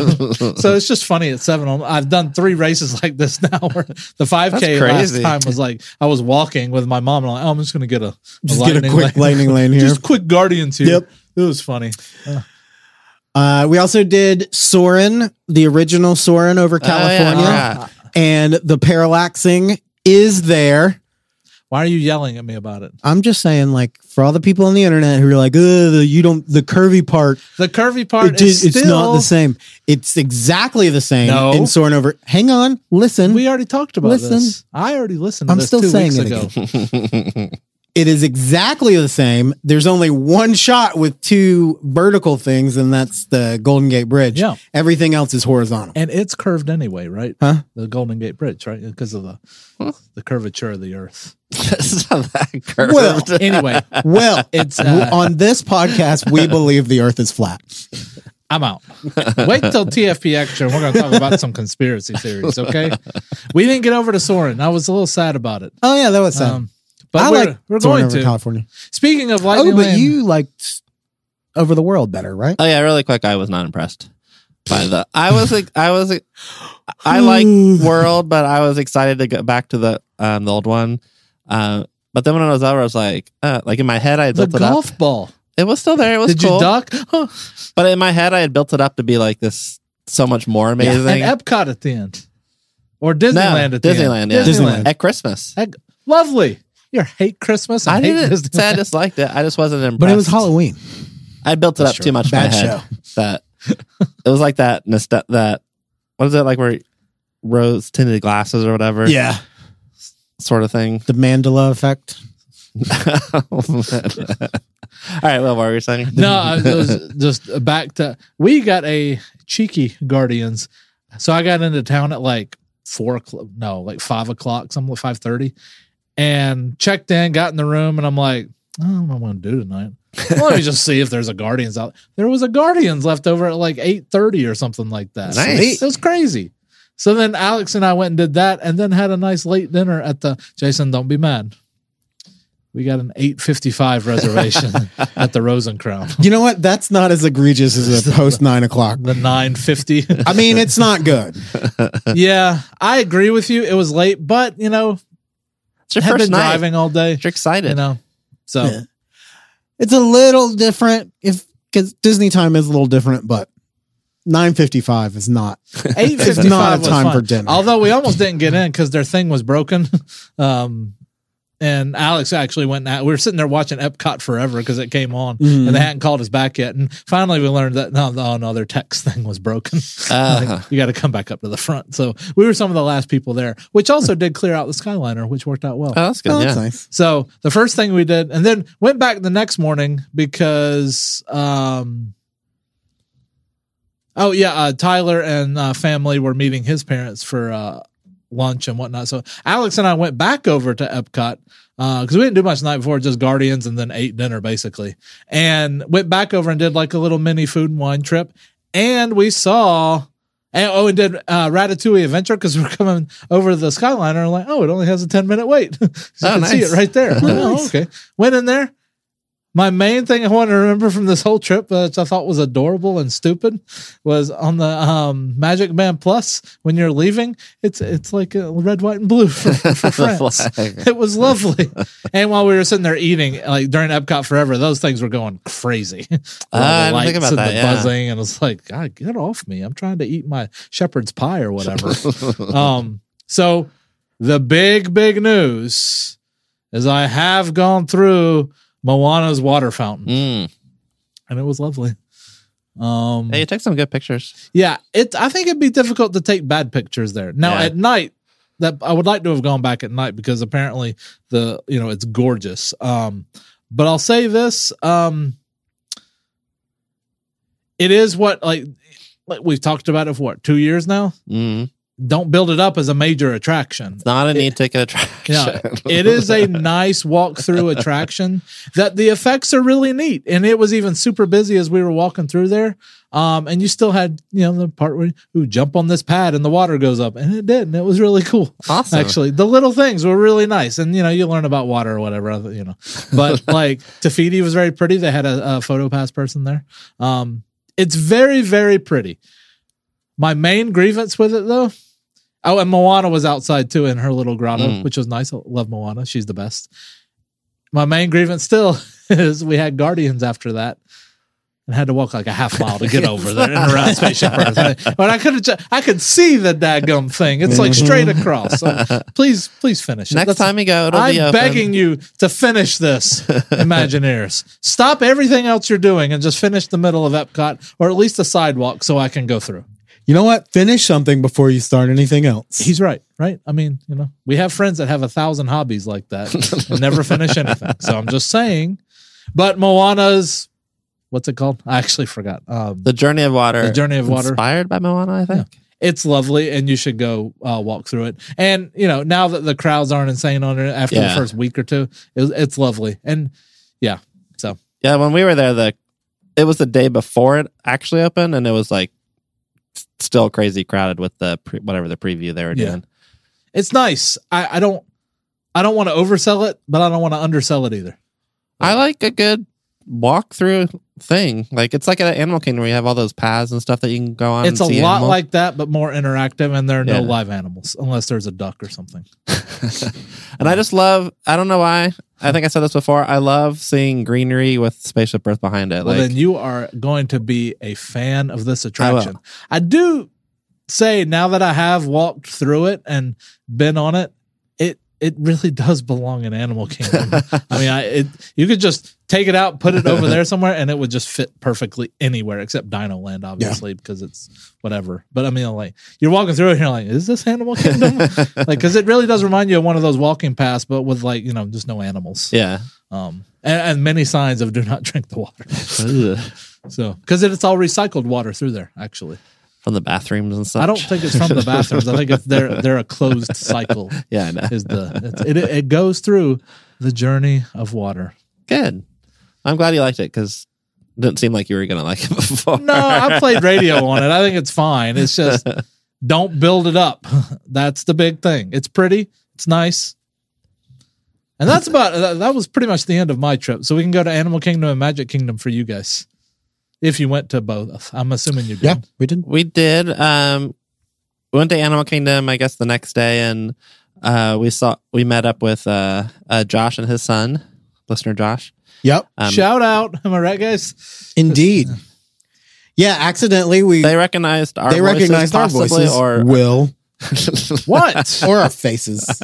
B: so it's just funny. It's seven. I'm- I've done three races like this now. Where the five k
D: That's
B: last
D: crazy.
B: time was like I was walking with my mom, and I'm like, "Oh, I'm just gonna get a, a
C: Just get a
B: lightning lane.
C: quick lightning lane here.
B: just quick guardians here."
C: Yep.
B: It was funny.
C: Uh, we also did Soren, the original Soren
B: Oh,
C: over California,
D: crap.
C: and the parallaxing is there.
B: Why are you yelling at me about it?
C: I'm just saying, like for all the people on the internet who are like, "Ugh, the- you don't the curvy part,
B: The curvy
C: it
B: part
C: just-
B: is
C: it's
B: still,
C: not the same. It's exactly the same
B: No.
C: in Soren over. Hang on, listen,
B: We already talked about
C: Listen.
B: this. I already listened. To
C: I'm
B: this
C: still
B: two
C: saying
B: weeks
C: it
B: ago.
C: it is exactly the same. There's only one shot with two vertical things, and that's the Golden Gate Bridge.
B: Yeah.
C: everything else is horizontal.
B: and it's curved anyway, right?
C: Huh?
B: The Golden Gate Bridge, right? Because of the the curvature of the Earth.
D: It's not that curved.
C: Well,
B: Anyway,
C: well,
B: It's,
C: it's
B: uh,
C: on this podcast we believe the Earth is flat.
B: I'm out. Wait till TFP extra. and We're going to talk about some conspiracy theories. Okay, we didn't get over to Soren. I was a little sad about it.
C: Oh yeah, that was sad.
B: Um, but
C: I
B: we're,
C: like
B: we're
C: Soren
B: going
C: over
B: to.
C: California.
B: Speaking of lightning,
C: Oh, but
B: Lane-
C: you liked over the world better, right?
B: Uh,
D: Oh yeah, really quick. I was not impressed by the. I was like, I was, like, I like World, but I was excited to go back to the um the old one. Uh, but then when I was over, I was like, uh, like in my head, I had
B: the
D: built it
B: golf
D: up.
B: ball.
D: It was still there. It was
B: Did
D: cool.
B: you duck?
D: But in my head, I had built it up to be like this, so much more amazing.
B: and Epcot at the end, or Disneyland at the
D: Disneyland,
B: end.
D: yeah.
C: Disneyland.
D: at Christmas.
B: Ec- Lovely. You hate Christmas. And
D: I
B: hate
D: didn't say I
B: Disneyland.
D: disliked it. I just wasn't impressed.
C: But it was Halloween.
D: I built it up
C: That's
D: too
C: true.
D: much in my
C: Bad
D: head. That it was like that nostal- that what is it like where rose tinted glasses or whatever sort of thing.
C: the Mandela effect.
D: All right, well, what were you saying?
B: no, I- it was just back to we got a cheeky Guardians. So I got into town at like four o'clock. No, like five o'clock. Some five thirty, and checked in, got in the room, and I'm like, I don't know what I'm gonna do tonight. Well, let me just see if there's a Guardians out. There was a Guardians left over at like eight thirty or something like that.
D: Nice.
B: It was crazy. So then Alex and I went and did that, and then had a nice late dinner at the Jason. Don't be mad. We got an eight fifty five reservation at the Rosencrown.
C: You know what? That's not as egregious as a post nine o'clock.
B: the 950
C: I mean, it's not good.
B: yeah i agree with you it was late but you know
D: It's your
B: i had
D: first
B: been
D: night.
B: driving all day
D: You're excited.
B: you know so
C: Yeah. It's a little different if because Disney time is a little different, but nine fifty five is not.
B: Eight
C: It's
B: fifty
C: not
B: five
C: a
B: was
C: time
B: fun.
C: for dinner.
B: Although we almost didn't get in because their thing was broken. Um, and Alex actually went. Out. We were sitting there watching Epcot forever because it came on,
C: Mhm.
B: and they hadn't called us back yet. And finally, we learned that no, no, no, their text thing was broken. Like,
C: Uh-huh.
D: Uh,
B: you got to come back up to the front. So we were some of the last people there, which also did clear out the Skyliner, which worked out well.
D: oh, that's good.
C: Oh,
D: yeah.
C: that's nice.
B: So the first thing we did, and then went back the next morning because, um, oh yeah, uh, Tyler and uh, family were meeting his parents for uh, lunch and whatnot. So Alex and I went back over to Epcot because we didn't do much the night before, just Guardians and then ate dinner basically, and went back over and did like a little mini food and wine trip, and we saw. And, oh, and did uh, Ratatouille Adventure because we're coming over the Skyliner and like, oh, it only has a 10 minute wait. so
D: Oh,
B: you can see it
D: nice.
B: right there. oh, okay. Went in there. My main thing I want to remember from this whole trip, uh, which I thought was adorable and stupid, was on the um, Magic Man Plus when you're leaving. It's it's like uh, red, white, and blue for, for France.
D: flag.
B: It was lovely. and while we were sitting there eating, like during Epcot Forever, those things were going crazy. All the
D: Ah, I didn't think
B: lights
D: about
B: and
D: that,
B: the
D: yeah.
B: buzzing, and it's like, God, get off me! I'm trying to eat my shepherd's pie or whatever. um, so the big big news is I have gone through Moana's water fountain,
D: Mm.
B: and it was lovely. Um,
D: Hey, you took some good pictures.
B: yeah, it. I think it'd be difficult to take bad pictures there. Now
D: Yeah.
B: at night, that I would like to have gone back at night because apparently the you know it's gorgeous. Um, but I'll say this: um, it is what like, like we've talked about it for what two years now.
D: Mm.
B: Don't build it up as a major attraction.
D: It's not an e-ticket attraction.
B: Yeah, it is a nice walk-through attraction that the effects are really neat. And it was even super busy as we were walking through there. Um, and you still had, you know, the part where you jump on this pad and the water goes up. And it did. And it was really cool.
D: Awesome.
B: Actually, the little things were really nice. And, you know, you learn about water or whatever, other- you know. But like Tafiti was very pretty. They had a, a photo pass person there. Um, it's very, very pretty. My main grievance with it though, oh, and Moana was outside too in her little grotto,
D: Mm.
B: which was nice. I love Moana. She's the best. My main grievance still is we had Guardians after that and had to walk like a half mile to get over there and around Spaceship Earth. But I could have, ju- I could see the daggum thing. It's like straight across. So please, please finish. it.
D: Next
B: That's-
D: time you go, it'll
B: I'm
D: be open.
B: begging you to finish this, Imagineers. Stop everything else you're doing and just finish the middle of Epcot or at least the sidewalk so I can go through.
C: You know what? Finish something before you start anything else.
B: He's right, right? I mean, you know, we have friends that have a thousand hobbies like that and never finish anything. So I'm just saying. But Moana's, what's it called? I actually forgot. Um,
D: The Journey of Water.
B: The Journey of Water.
D: Inspired by Moana, I think.
B: it's lovely and you should go uh, walk through it. And you know, now that the crowds aren't insane on it after
D: Yeah.
B: the first week or two, it, it's lovely. And yeah, so
D: Yeah, when we were there, the it was the day before it actually opened, and it was like s- still crazy crowded with the pre, whatever the preview they were
B: Yeah.
D: doing.
B: it's nice. I, I don't, I don't want to oversell it, but I don't want to undersell it either.
D: I like a good walkthrough thing. Like it's like at Animal Kingdom where you have all those paths and stuff that you can go on.
B: It's a
D: and see
B: lot
D: animals.
B: like that, but more interactive, and there are no
D: Yeah.
B: live animals unless there's a duck or something.
D: and I just love. I don't know why. I think I said this before. I love seeing greenery with Spaceship Earth behind it.
B: well,
D: like,
B: then you are going to be a fan of this
D: will.
B: attraction. I, do say now that I have walked through it and been on it, it it really does belong in Animal Kingdom. I mean, I it, you could just take it out, put it over there somewhere, and it would just fit perfectly anywhere except Dino Land, obviously, because it's whatever. But I mean, like you're walking through it, and you're like, is this Animal Kingdom? like, because it really does remind you of one of those walking paths, but with like you know just no animals.
D: yeah.
B: Um, and, and many signs of do not drink the water.
D: Ugh.
B: So, because it's all recycled water through there, actually.
D: From the bathrooms and stuff.
B: I don't think it's from the bathrooms. I think it's they're they're a closed cycle.
D: Yeah, I know.
B: Is the it's, it it goes through the journey of water.
D: Good. I'm glad you liked it because it didn't seem like you were gonna like it before.
B: No, I played radio on it. I think it's fine. It's just don't build it up. That's the big thing. It's pretty. It's nice. And that's about that, that was pretty much the end of my trip. So we can go to Animal Kingdom and Magic Kingdom for you guys. If you went to both. I'm assuming you did.
C: Yeah, we did.
D: We did. Um, we went to Animal Kingdom, I guess, the next day, and uh, we saw we met up with uh, uh, Josh and his son, listener Josh.
C: Yep,
D: Um,
B: Shout out. Am I right, guys?
C: indeed. Yeah, accidentally we
D: They recognized our
C: they
D: voices
C: recognized our
D: possibly,
C: voices
D: or
C: will
B: What?
C: or our faces.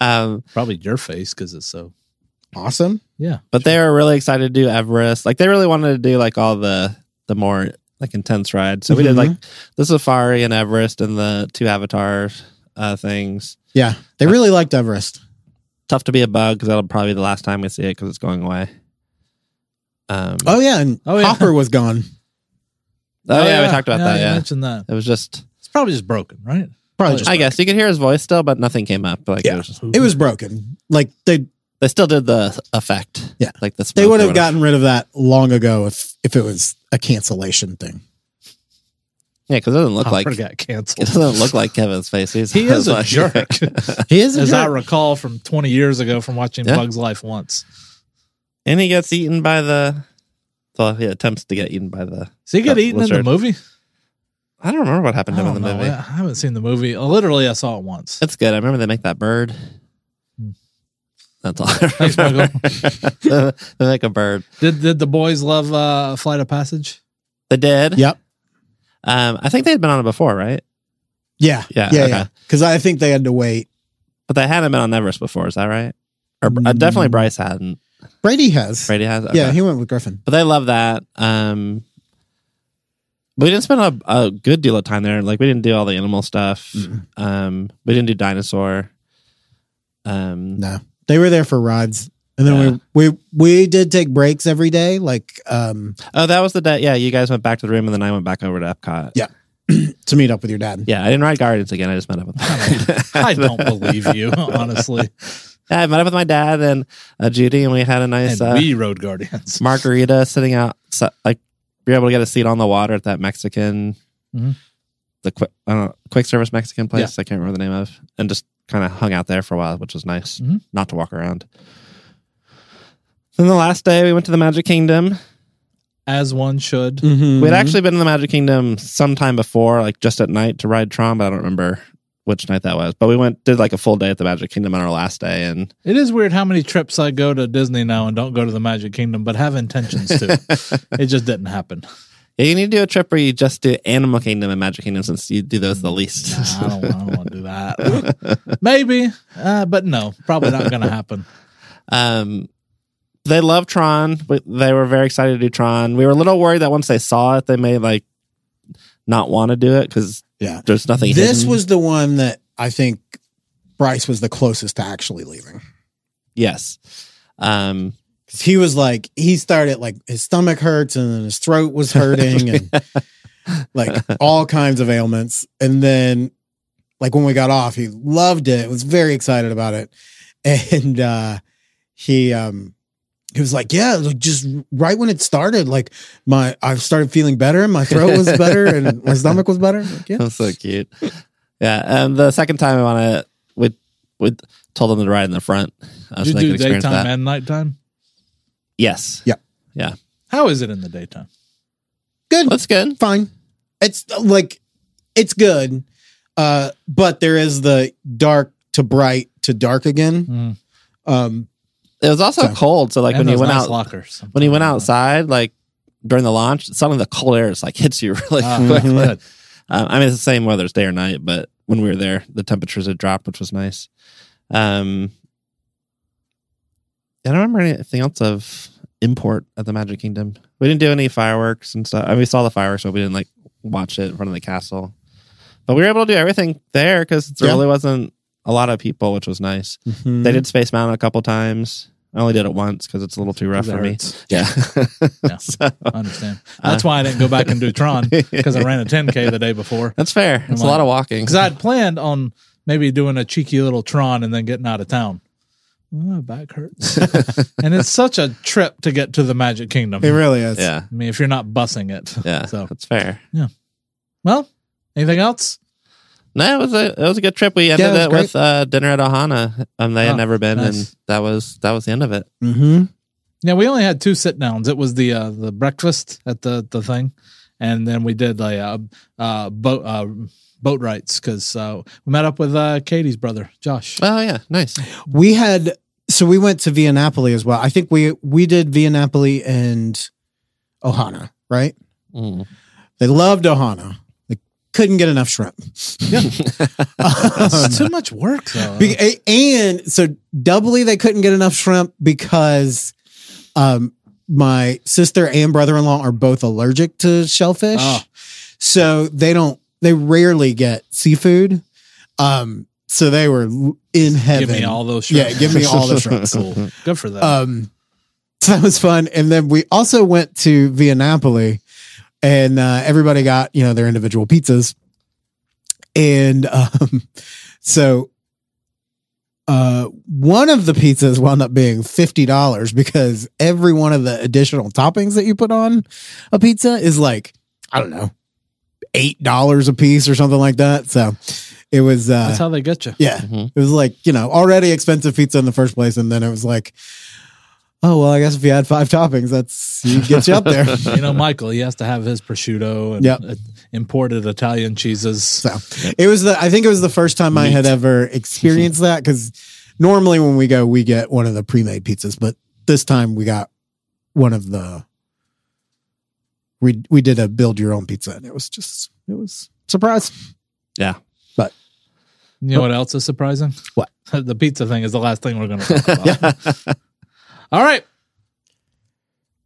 D: um,
B: Probably your face because it's so.
C: awesome.
B: Yeah.
D: but they were really excited to do Everest. Like they really wanted to do like all the the more like intense rides. So we did
C: Mhm.
D: like the safari and Everest and the two Avatar uh, things.
C: Yeah, they really liked Everest.
D: Tough to be a bug because that'll probably be the last time we see it because it's going away. Um, oh,
C: Oh yeah, and
B: Oh, yeah.
C: Hopper was gone.
D: yeah, we talked about that.
B: you
D: Yeah,
B: mentioned that.
D: it was just.
B: It's probably just broken, right?
C: Probably just
D: I guess you could hear his voice still, but nothing came up. Like it
C: Yeah.
D: was just,
C: it was broken. Like they
D: they still did the effect.
C: Yeah.
D: like the
C: they
D: smoke
C: would
D: or
C: have
D: whatever.
C: gotten rid of that long ago if if it was a cancellation thing.
D: yeah because it doesn't look like
B: Hopper
D: it
B: got canceled.
D: doesn't look like Kevin's face. He's
B: He is a
D: like-
B: jerk,
C: He is a
B: as I
C: jerk.
B: recall from 20 years ago from watching
D: Yeah.
B: Bugs Life once.
D: and he gets eaten by the. Well, he attempts to get eaten by the.
B: Does he get
D: The
B: eaten in
D: lizard.
B: the movie?
D: I don't remember what happened to him in the
B: don't know.
D: movie.
B: I haven't seen the movie. Uh, Literally, I saw it once.
D: That's good. I remember they make that bird.
B: Hmm.
D: That's all. I remember. they make a bird.
B: Did did the boys love uh, Flight of Passage?
D: They did.
C: Yep.
D: Um, I think they had been on it before, right?
C: Yeah.
D: Yeah,
C: Yeah.
D: okay.
C: Yeah. Because I think they had to wait.
D: But they hadn't been on Everest before. Is that right? Or uh,
C: Mm.
D: definitely Bryce hadn't.
C: Brady has.
D: Brady has. Okay.
C: Yeah, he went with Griffin.
D: but they love that. Um, we didn't spend a, a good deal of time there. Like we didn't do all the animal stuff.
B: Mm-hmm.
D: Um, we didn't do dinosaur. Um,
C: No, they were there for rides, and then we we we did take breaks every day. Like um
D: oh, that was the day. Yeah, you guys went back to the room, and then I went back over to Epcot.
C: Yeah. to meet up with your dad.
D: Yeah, I didn't ride Guardians again. I just met up with.
B: I don't believe you, honestly.
D: I met up with my dad and uh, Judy, and we had a
B: And
D: nice uh,
B: we Road Guardians.
D: margarita sitting out. So, like we were able to get a seat on the water at that Mexican,
B: Mhm.
D: the quick, I don't know, quick service Mexican place. I can't remember the name of, and just kind of hung out there for a while, which was nice.
B: Mhm.
D: Not to walk around. Then the last day we went to the Magic Kingdom.
B: As one should.
D: Mm.
C: Mm-hmm.
D: We'd actually been in the Magic Kingdom sometime before, like just at night to ride Tron, but I don't remember which night that was. But we went did like a full day at the Magic Kingdom on our last day, and
B: It is weird how many trips I go to Disney now and don't go to the Magic Kingdom, but have intentions to. it just didn't happen.
D: yeah, you need to do a trip where you just do Animal Kingdom and Magic Kingdom since you do those the least.
B: I don't, I don't want to do that. Maybe, uh, but no, probably not going to happen.
D: Um, they love Tron. but They were very excited to do Tron. We were a little worried that once they saw it, they may like not want to do it because
C: Yeah.
D: there's nothing.
C: This
D: hidden.
C: was the one that I think Bryce was the closest to actually leaving.
D: yes. Um,
C: 'Cause He was like, he started like his stomach hurts and then his throat was hurting and like all kinds of ailments. And then, like, when we got off, he loved it, was very excited about it. And uh, he, um, he was like, yeah, like just right when it started, like my, I started feeling better and my throat was better and my stomach was better. Like, yeah.
D: that's so cute. yeah. And the second time I want to, we we told them to ride in the front
B: Did you
D: uh, so they could
B: do
D: experience
B: daytime
D: that.
B: and nighttime?
D: Yes,
B: How is it in the daytime?
C: Good.
D: that's good.
C: fine. It's like it's good. Uh but there is the dark to bright to dark again.
B: Mm,
C: Um
D: It was also
C: So-
D: cold, so like
B: and
D: when you
B: those
D: went
B: nice
D: out,
B: lockers.
D: when you went outside, like during the launch, suddenly the cold air just like hits you really
B: Ah,
D: quick.
B: good.
D: Um, I mean, it's the same whether it's day or night, but when we were there, the temperatures had dropped, which was nice. Um, I don't remember anything else of import at the Magic Kingdom. We didn't do any fireworks and stuff. I mean, we saw the fireworks, but we didn't like watch it in front of the castle. But we were able to do everything there because there
C: Yeah.
D: really wasn't a lot of people, which was nice.
B: Mm-hmm.
D: They did Space Mountain a couple times. I only did it once because it's a little too rough
B: That
D: for me. Uh,
B: hurts.
D: Yeah.
B: Yeah.
D: So-
B: I understand. That's why I didn't go back and do Tron because I ran a 10K the day before.
D: that's fair. It's a
B: like-
D: lot of walking.
B: because I had planned on maybe doing a cheeky little Tron and then getting out of town. Well, my back hurts, and it's such a trip to get to the Magic Kingdom.
C: It really is.
D: Yeah.
B: I mean, if you're not bussing it,
D: Yeah.
B: So,
D: That's fair.
B: well, anything else?
D: No, it was a it was a good trip. We ended
C: it was
D: it with uh, dinner at Ohana. Um, they
B: Oh,
D: had never been,
B: nice.
D: and that was that was the end of it.
C: Mm-hmm.
B: Yeah, we only had two sit downs. It was the uh, the breakfast at the the thing, and then we did a uh, uh, boat uh, boat rides because uh, we met up with uh, Katie's brother Josh.
D: Oh yeah, nice.
C: We had so we went to Via Napoli as well. I think we we did Via Napoli and Ohana, right?
D: Mm.
C: They loved Ohana. They couldn't get enough shrimp. Um,
B: It's too much work, though.
C: Oh, Be- a- and so doubly they couldn't get enough shrimp because um my sister and brother-in-law are both allergic to shellfish.
B: Oh.
C: So they don't they rarely get seafood. Um so they were l- in heaven.
B: give me all those
C: Yeah,
B: shrimp.
C: give me all the shrimp.
B: Cool. Good for that.
C: Um so that was fun and then we also went to Via Napoli and uh, everybody got, you know, their individual pizzas. And um so uh, one of the pizzas wound up being fifty dollars because every one of the additional toppings that you put on a pizza is like I don't know eight dollars a piece or something like that. So it was uh,
B: That's how they get you.
C: yeah,
D: Mhm.
C: it was like you know already expensive pizza in the first place, and then it was like, oh well, I guess if you add five toppings, that's you get you up there.
B: You know, Michael, he has to have his prosciutto and
C: Yep.
B: uh, imported Italian cheeses.
C: So it was the I think it was the first time I had ever experienced that because normally when we go we get one of the pre-made pizzas, but this time we got one of the we we did a build your own pizza and it was just it was surprise.
D: Yeah.
B: You know what else is surprising?
C: What?
B: the pizza thing is the last thing we're going to talk about. All right.
C: I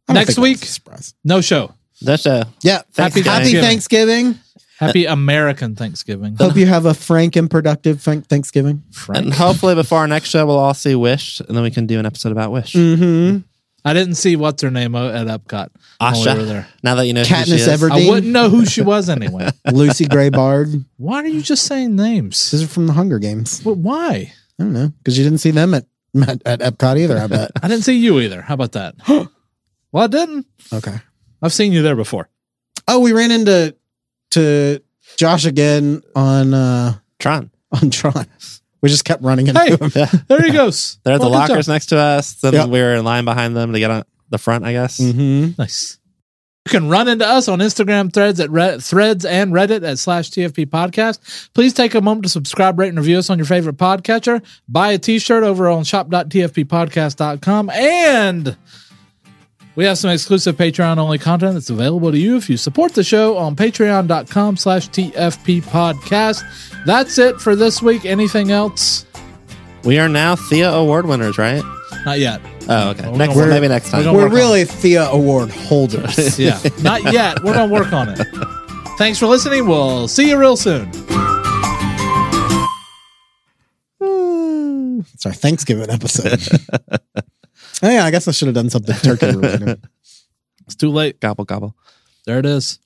C: don't
B: Next
C: think it was
B: week.
C: a surprise.
B: No show.
D: That's uh, a
C: Yeah.
D: Happy
C: Happy Thanksgiving.
B: Happy American Thanksgiving.
C: Hope you have a frank and productive thank- Thanksgiving.
B: Frank.
D: Oh, and hopefully before our next show we'll all see Wish and then we can do an episode about Wish.
C: Mm-hmm.
B: I didn't see what's her name o- at Epcot. while we
D: Asha.
B: were there.
D: Now that you know who she
C: Katniss
D: is.
B: I
C: Everdeen,
B: wouldn't know who she was anyway.
C: Lucy Gray Bard.
B: Why are you just saying names?
C: These are from the Hunger Games.
B: Well, why?
C: I don't know because you didn't see them at, at at Epcot either. I bet.
B: I didn't see you either. How about that? well, I didn't.
C: Okay.
B: I've seen you there before.
C: Oh, we ran into to Josh again on uh
D: Tron.
C: on Tron. We just kept running into
B: Hey,
C: him.
B: there he goes.
D: They're at
C: Oh,
B: Well,
D: the
B: good
D: lockers
B: job.
D: next to us. Then
C: Yep.
D: we were in line behind them to get on the front, I guess.
C: Mm-hmm.
B: Nice. You can run into us on Instagram threads at Red, threads and Reddit at slash TFP podcast. Please take a moment to subscribe, rate, and review us on your favorite podcatcher. Buy a t shirt over on shop.tfppodcast.com. And we have some exclusive Patreon only content that's available to you if you support the show on patreon.com slash TFP podcast. That's it for this week. Anything else?
D: We are now Thea Award winners, right?
B: Not yet.
D: Oh, okay.
B: Well,
D: next
B: we're-
D: maybe next
B: we're
D: time.
B: gonna-
C: We're
B: work on
C: really Thea Award holders.
B: Yeah. Not yet. We're going to work on it. Thanks for listening. We'll see you real soon.
C: it's our Thanksgiving episode. oh yeah, I guess I should have done something turkey related.
B: It's too late.
D: Gobble gobble.
B: There it is.